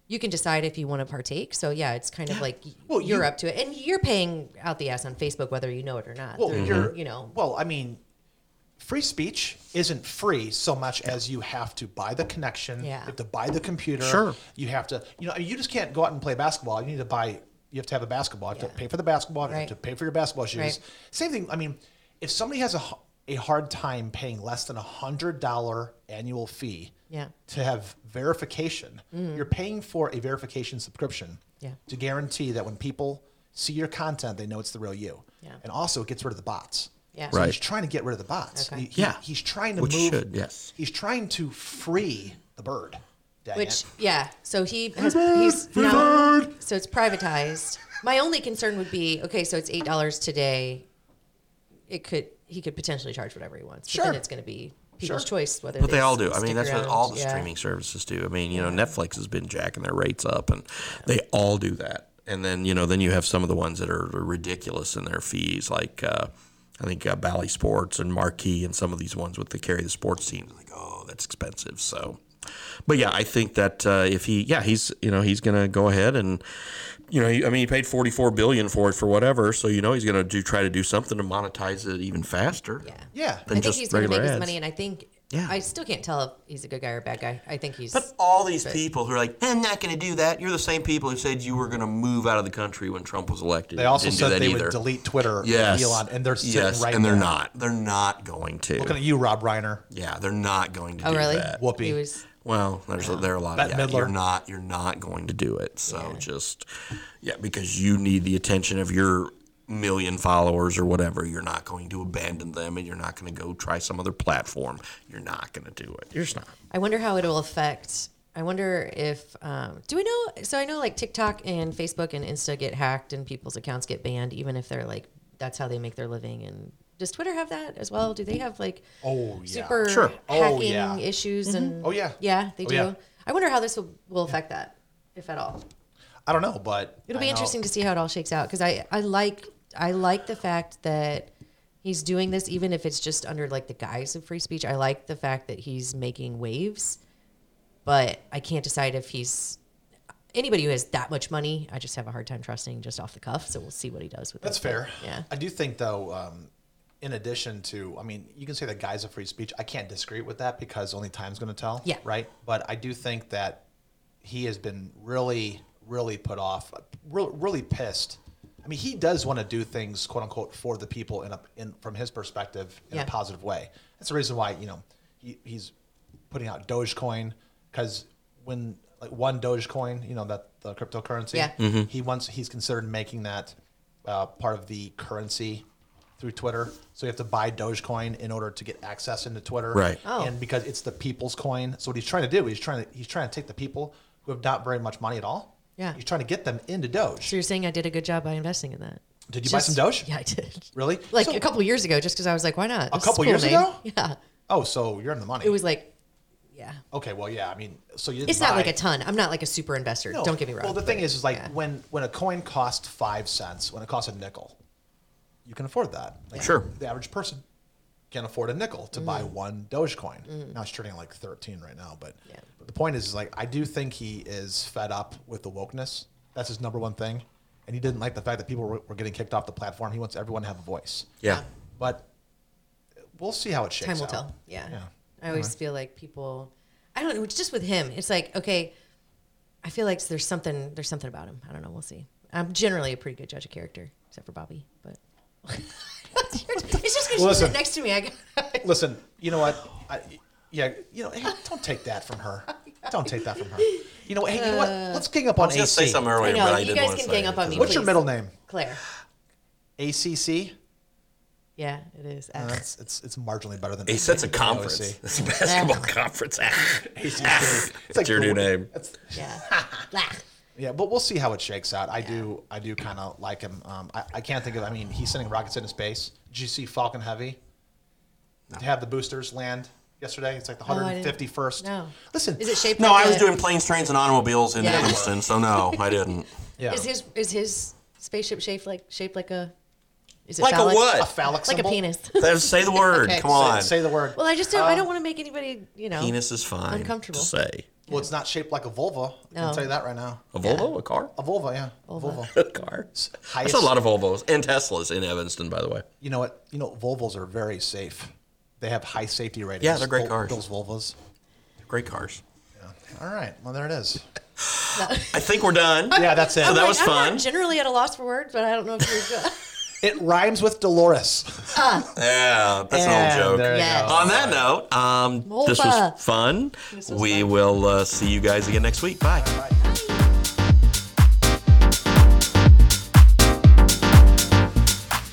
[SPEAKER 4] you can decide if you want to partake. So yeah, it's kind of like y-
[SPEAKER 2] Well,
[SPEAKER 4] you're
[SPEAKER 2] you-
[SPEAKER 4] up to it. And you're paying out the ass on Facebook whether you know it or not.
[SPEAKER 2] Well,
[SPEAKER 4] They're-
[SPEAKER 2] you're,
[SPEAKER 4] you know.
[SPEAKER 2] Well, I mean, free speech isn't free so much as you have to buy the connection.
[SPEAKER 4] Yeah.
[SPEAKER 2] You have to buy the computer.
[SPEAKER 5] Sure.
[SPEAKER 2] You have to, you know, I mean, you just can't go out and play basketball. You need to buy. You have to have a basketball. You have
[SPEAKER 4] Yeah.
[SPEAKER 2] to pay for the basketball. You
[SPEAKER 4] Right.
[SPEAKER 2] have to pay for your basketball shoes.
[SPEAKER 4] Right.
[SPEAKER 2] Same thing. I mean, if somebody has a h- a hard time paying less than a hundred dollar annual fee.
[SPEAKER 4] Yeah. Mm-hmm.
[SPEAKER 2] To have verification, you're paying for a verification subscription
[SPEAKER 4] Yeah.
[SPEAKER 2] to guarantee that when people see your content, they know it's the real you.
[SPEAKER 4] Yeah.
[SPEAKER 2] And also, it gets rid of the bots.
[SPEAKER 4] Yeah.
[SPEAKER 2] So
[SPEAKER 5] Right.
[SPEAKER 2] he's trying to get rid of the bots.
[SPEAKER 4] Okay.
[SPEAKER 2] He- he-
[SPEAKER 5] Yeah.
[SPEAKER 2] He's trying to
[SPEAKER 5] Which
[SPEAKER 2] move.
[SPEAKER 5] should, yes.
[SPEAKER 2] He's trying to free the bird. dang it.
[SPEAKER 4] Which yeah, so he has he's now, so it's privatized. My only concern would be okay, so it's eight dollars today. It could he could potentially charge whatever he wants, but then
[SPEAKER 2] Sure.
[SPEAKER 4] it's going to be people's
[SPEAKER 2] Sure.
[SPEAKER 4] choice whether.
[SPEAKER 5] But they all
[SPEAKER 4] s-
[SPEAKER 5] do. I mean,
[SPEAKER 4] stick
[SPEAKER 5] that's what
[SPEAKER 4] around.
[SPEAKER 5] all the
[SPEAKER 4] Yeah.
[SPEAKER 5] streaming services do. I mean, you know, Netflix has been jacking their rates up, and they all do that. And then you know, then you have some of the ones that are ridiculous in their fees, like uh, I think uh, Bally Sports and Marquee, and some of these ones with the carry the sports teams. Like, oh, that's expensive. So, but yeah, I think that uh, if he, yeah, he's you know he's gonna go ahead and you know, he, I mean, he paid forty four billion for it for whatever. So you know, he's gonna do try to do something to monetize it even faster.
[SPEAKER 4] Yeah.
[SPEAKER 2] Yeah.
[SPEAKER 4] I
[SPEAKER 5] Than
[SPEAKER 4] think
[SPEAKER 5] just
[SPEAKER 4] he's going to make
[SPEAKER 5] regular
[SPEAKER 4] his
[SPEAKER 5] ads.
[SPEAKER 4] money, and I think
[SPEAKER 5] Yeah.
[SPEAKER 4] I still can't tell if he's a good guy or a bad guy. I think he's.
[SPEAKER 5] But all these people who are like, I'm not going to do that. You're the same people who said you were going to move out of the country when Trump was elected.
[SPEAKER 2] They also
[SPEAKER 5] Didn't do
[SPEAKER 2] said
[SPEAKER 5] that
[SPEAKER 2] they
[SPEAKER 5] either.
[SPEAKER 2] would delete Twitter.
[SPEAKER 5] yes.
[SPEAKER 2] Elon, and they're sitting
[SPEAKER 5] yes,
[SPEAKER 2] right
[SPEAKER 5] and they're
[SPEAKER 2] there.
[SPEAKER 5] not. They're not going to.
[SPEAKER 2] Looking at you, Rob Reiner.
[SPEAKER 5] yeah, they're not going to
[SPEAKER 4] oh
[SPEAKER 5] do
[SPEAKER 4] really?
[SPEAKER 5] that.
[SPEAKER 2] Whoopee.
[SPEAKER 4] He was.
[SPEAKER 5] Well, there's a, there are a lot
[SPEAKER 2] Bette
[SPEAKER 5] of yeah,
[SPEAKER 2] Midler.
[SPEAKER 5] you're not you're not going to do it. So just yeah, because you need the attention of your million followers or whatever. You're not going to abandon them, and you're not going to go try some other platform. You're not going to do it. You're just not.
[SPEAKER 4] I wonder how it will affect. I wonder if um, do we know? So I know like TikTok and Facebook and Insta get hacked and people's accounts get banned, even if they're like that's how they make their living. And does Twitter have that as well? Do they have like
[SPEAKER 2] Oh, yeah.
[SPEAKER 4] super
[SPEAKER 5] Sure.
[SPEAKER 4] hacking
[SPEAKER 2] Oh, yeah.
[SPEAKER 4] issues and
[SPEAKER 2] Oh, yeah.
[SPEAKER 4] yeah they
[SPEAKER 2] Oh,
[SPEAKER 4] do.
[SPEAKER 2] yeah.
[SPEAKER 4] I wonder how this will, will affect that, if at all.
[SPEAKER 2] I don't know, but
[SPEAKER 4] It'll
[SPEAKER 2] I
[SPEAKER 4] be
[SPEAKER 2] know-
[SPEAKER 4] interesting to see how it all shakes out because I, I like I like the fact that he's doing this even if it's just under like the guise of free speech. I like the fact that he's making waves, but I can't decide if he's anybody who has that much money. I just have a hard time trusting just off the cuff. So we'll see what he does with
[SPEAKER 2] That's
[SPEAKER 4] it. But,
[SPEAKER 2] fair.
[SPEAKER 4] Yeah.
[SPEAKER 2] I do think though, um, in addition to, I mean, you can say the guise of free speech. I can't disagree with that because only time's going to tell.
[SPEAKER 4] Yeah.
[SPEAKER 2] Right. But I do think that he has been really, really put off, really, really pissed. I mean, he does want to do things, quote unquote, for the people in a, in from his perspective in
[SPEAKER 4] Yeah.
[SPEAKER 2] a positive way. That's the reason why you know he, he's putting out Dogecoin because when like one Dogecoin, you know that the cryptocurrency,
[SPEAKER 4] Yeah.
[SPEAKER 2] he wants he's considered making that uh, part of the currency through Twitter. So you have to buy Dogecoin in order to get access into Twitter,
[SPEAKER 5] Right.
[SPEAKER 4] Oh.
[SPEAKER 2] And because it's the people's coin, so what he's trying to do, he's trying to he's trying to take the people who have not very much money at all,
[SPEAKER 4] Yeah.
[SPEAKER 2] You're trying to get them into Doge.
[SPEAKER 4] So you're saying I did a good job by investing in that?
[SPEAKER 2] Did you buy some Doge?
[SPEAKER 4] Yeah, I did.
[SPEAKER 2] Really?
[SPEAKER 4] Like
[SPEAKER 2] So-
[SPEAKER 4] a couple years ago, just because I was like, why not? This is
[SPEAKER 2] couple years
[SPEAKER 4] name.
[SPEAKER 2] ago?
[SPEAKER 4] [LAUGHS] Yeah.
[SPEAKER 2] Oh, so you're in the money.
[SPEAKER 4] It was like, yeah.
[SPEAKER 2] okay. Well, yeah. I mean, so you. Didn't
[SPEAKER 4] It's not like
[SPEAKER 2] buy-
[SPEAKER 4] a ton. I'm not like a super investor.
[SPEAKER 2] No.
[SPEAKER 4] Don't get me wrong.
[SPEAKER 2] Well, the thing
[SPEAKER 4] but-
[SPEAKER 2] is, is like
[SPEAKER 4] yeah.
[SPEAKER 2] when when a coin costs five cents, when it costs a nickel, you can afford that. Like,
[SPEAKER 5] Sure.
[SPEAKER 2] The average person can afford a nickel to buy
[SPEAKER 4] Mm-hmm.
[SPEAKER 2] one Dogecoin. Now it's trading at like thirteen right now, but,
[SPEAKER 4] Yeah.
[SPEAKER 2] but the point is, is like I do think he is fed up with the wokeness. That's his number one thing, and he didn't like the fact that people were, were getting kicked off the platform. He wants everyone to have a voice.
[SPEAKER 5] Yeah.
[SPEAKER 2] But we'll see how it shakes.
[SPEAKER 4] time will
[SPEAKER 2] out.
[SPEAKER 4] tell. Yeah.
[SPEAKER 2] Yeah.
[SPEAKER 4] I always feel like people, I don't know. It's just with him. It's like, okay, I feel like there's something, there's something about him. I don't know. We'll see. I'm generally a pretty good judge of character, except for Bobby, but [LAUGHS] it's just because she's
[SPEAKER 2] Listen.
[SPEAKER 4] sit next to
[SPEAKER 5] [LAUGHS]
[SPEAKER 4] me. I got,
[SPEAKER 2] Listen, you know what? I, yeah, you know, hey, don't take that from her. Don't take that from her. You know, what? hey, you know what?
[SPEAKER 4] Uh,
[SPEAKER 2] Let's gang up
[SPEAKER 5] I
[SPEAKER 2] on
[SPEAKER 5] was going to
[SPEAKER 2] AC.
[SPEAKER 5] say something earlier,
[SPEAKER 4] I know,
[SPEAKER 5] but I
[SPEAKER 4] you
[SPEAKER 5] didn't
[SPEAKER 4] guys
[SPEAKER 5] want to
[SPEAKER 4] can
[SPEAKER 5] say
[SPEAKER 4] gang
[SPEAKER 5] it
[SPEAKER 4] up
[SPEAKER 5] because
[SPEAKER 4] on me.
[SPEAKER 5] of-
[SPEAKER 2] What's your
[SPEAKER 4] please.
[SPEAKER 2] middle name?
[SPEAKER 4] Claire.
[SPEAKER 2] ACC.
[SPEAKER 4] Yeah, it is.
[SPEAKER 2] Uh, It's it's, it's marginally better than
[SPEAKER 5] Ace, that's a
[SPEAKER 2] ACC.
[SPEAKER 5] conference. That's a basketball conference. [LAUGHS] Ah, it's
[SPEAKER 2] It's like
[SPEAKER 5] your new
[SPEAKER 2] the-
[SPEAKER 5] name.
[SPEAKER 2] That's, [LAUGHS]
[SPEAKER 4] yeah. Blah.
[SPEAKER 2] yeah, but we'll see how it shakes out. I do I do kind of like him. Um, I, I can't think of. I mean, he's sending rockets into space. Did you see Falcon Heavy? To have the boosters land yesterday. It's like the
[SPEAKER 4] I didn't.
[SPEAKER 2] 151st.
[SPEAKER 4] No.
[SPEAKER 2] Listen.
[SPEAKER 4] Is it shaped?
[SPEAKER 5] No,
[SPEAKER 4] like
[SPEAKER 5] I was
[SPEAKER 4] a-
[SPEAKER 5] doing planes, trains, and automobiles in
[SPEAKER 4] Yeah.
[SPEAKER 5] Evanston, so no, I didn't.
[SPEAKER 2] Yeah.
[SPEAKER 4] Is his is his spaceship shaped like shaped like a? Is it
[SPEAKER 5] Like a
[SPEAKER 4] phallic?
[SPEAKER 5] what?
[SPEAKER 2] a phallic
[SPEAKER 4] Like a
[SPEAKER 2] symbol?
[SPEAKER 4] penis. [LAUGHS]
[SPEAKER 5] Let's [LAUGHS] Say the word.
[SPEAKER 4] Okay.
[SPEAKER 5] Come on.
[SPEAKER 2] Say, say the word.
[SPEAKER 4] Well, I just don't.
[SPEAKER 2] Uh,
[SPEAKER 4] I don't want to make anybody, you know.
[SPEAKER 5] Penis is fine.
[SPEAKER 4] Uncomfortable.
[SPEAKER 5] To say
[SPEAKER 2] Well, it's not shaped like a Volvo. I can
[SPEAKER 4] No.
[SPEAKER 2] tell you that right now.
[SPEAKER 5] a Volvo, a car, [LAUGHS]
[SPEAKER 2] A Volvo, yeah. Volvo.
[SPEAKER 5] a car. That's
[SPEAKER 2] Highest-
[SPEAKER 5] a lot of Volvos and Teslas in Evanston, by the way.
[SPEAKER 2] You know what? You know Volvos are very safe. They have high safety ratings.
[SPEAKER 5] Yeah, they're great
[SPEAKER 2] Vol-
[SPEAKER 5] cars.
[SPEAKER 2] Those Volvos.
[SPEAKER 5] Great cars.
[SPEAKER 2] All right. Well, there it
[SPEAKER 5] [LAUGHS]
[SPEAKER 2] is.
[SPEAKER 5] I think we're
[SPEAKER 4] [LAUGHS]
[SPEAKER 5] done.
[SPEAKER 2] Yeah, that's it.
[SPEAKER 5] So that
[SPEAKER 4] Oh, Like,
[SPEAKER 5] was
[SPEAKER 4] I'm not
[SPEAKER 5] fun.
[SPEAKER 4] generally at a loss for words, but I don't know if you're [LAUGHS] good.
[SPEAKER 2] It rhymes with Dolores.
[SPEAKER 5] Yeah, that's an
[SPEAKER 2] And
[SPEAKER 5] old
[SPEAKER 2] there
[SPEAKER 5] joke.
[SPEAKER 2] you
[SPEAKER 4] Yes.
[SPEAKER 2] go.
[SPEAKER 5] On that note, um, this
[SPEAKER 4] Molba.
[SPEAKER 5] was fun. we will uh, see you guys again next week. Bye.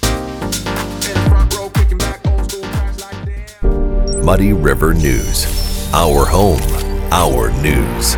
[SPEAKER 3] In the front row, kicking back old school tracks like damn.
[SPEAKER 1] Muddy River News. Our home, our news.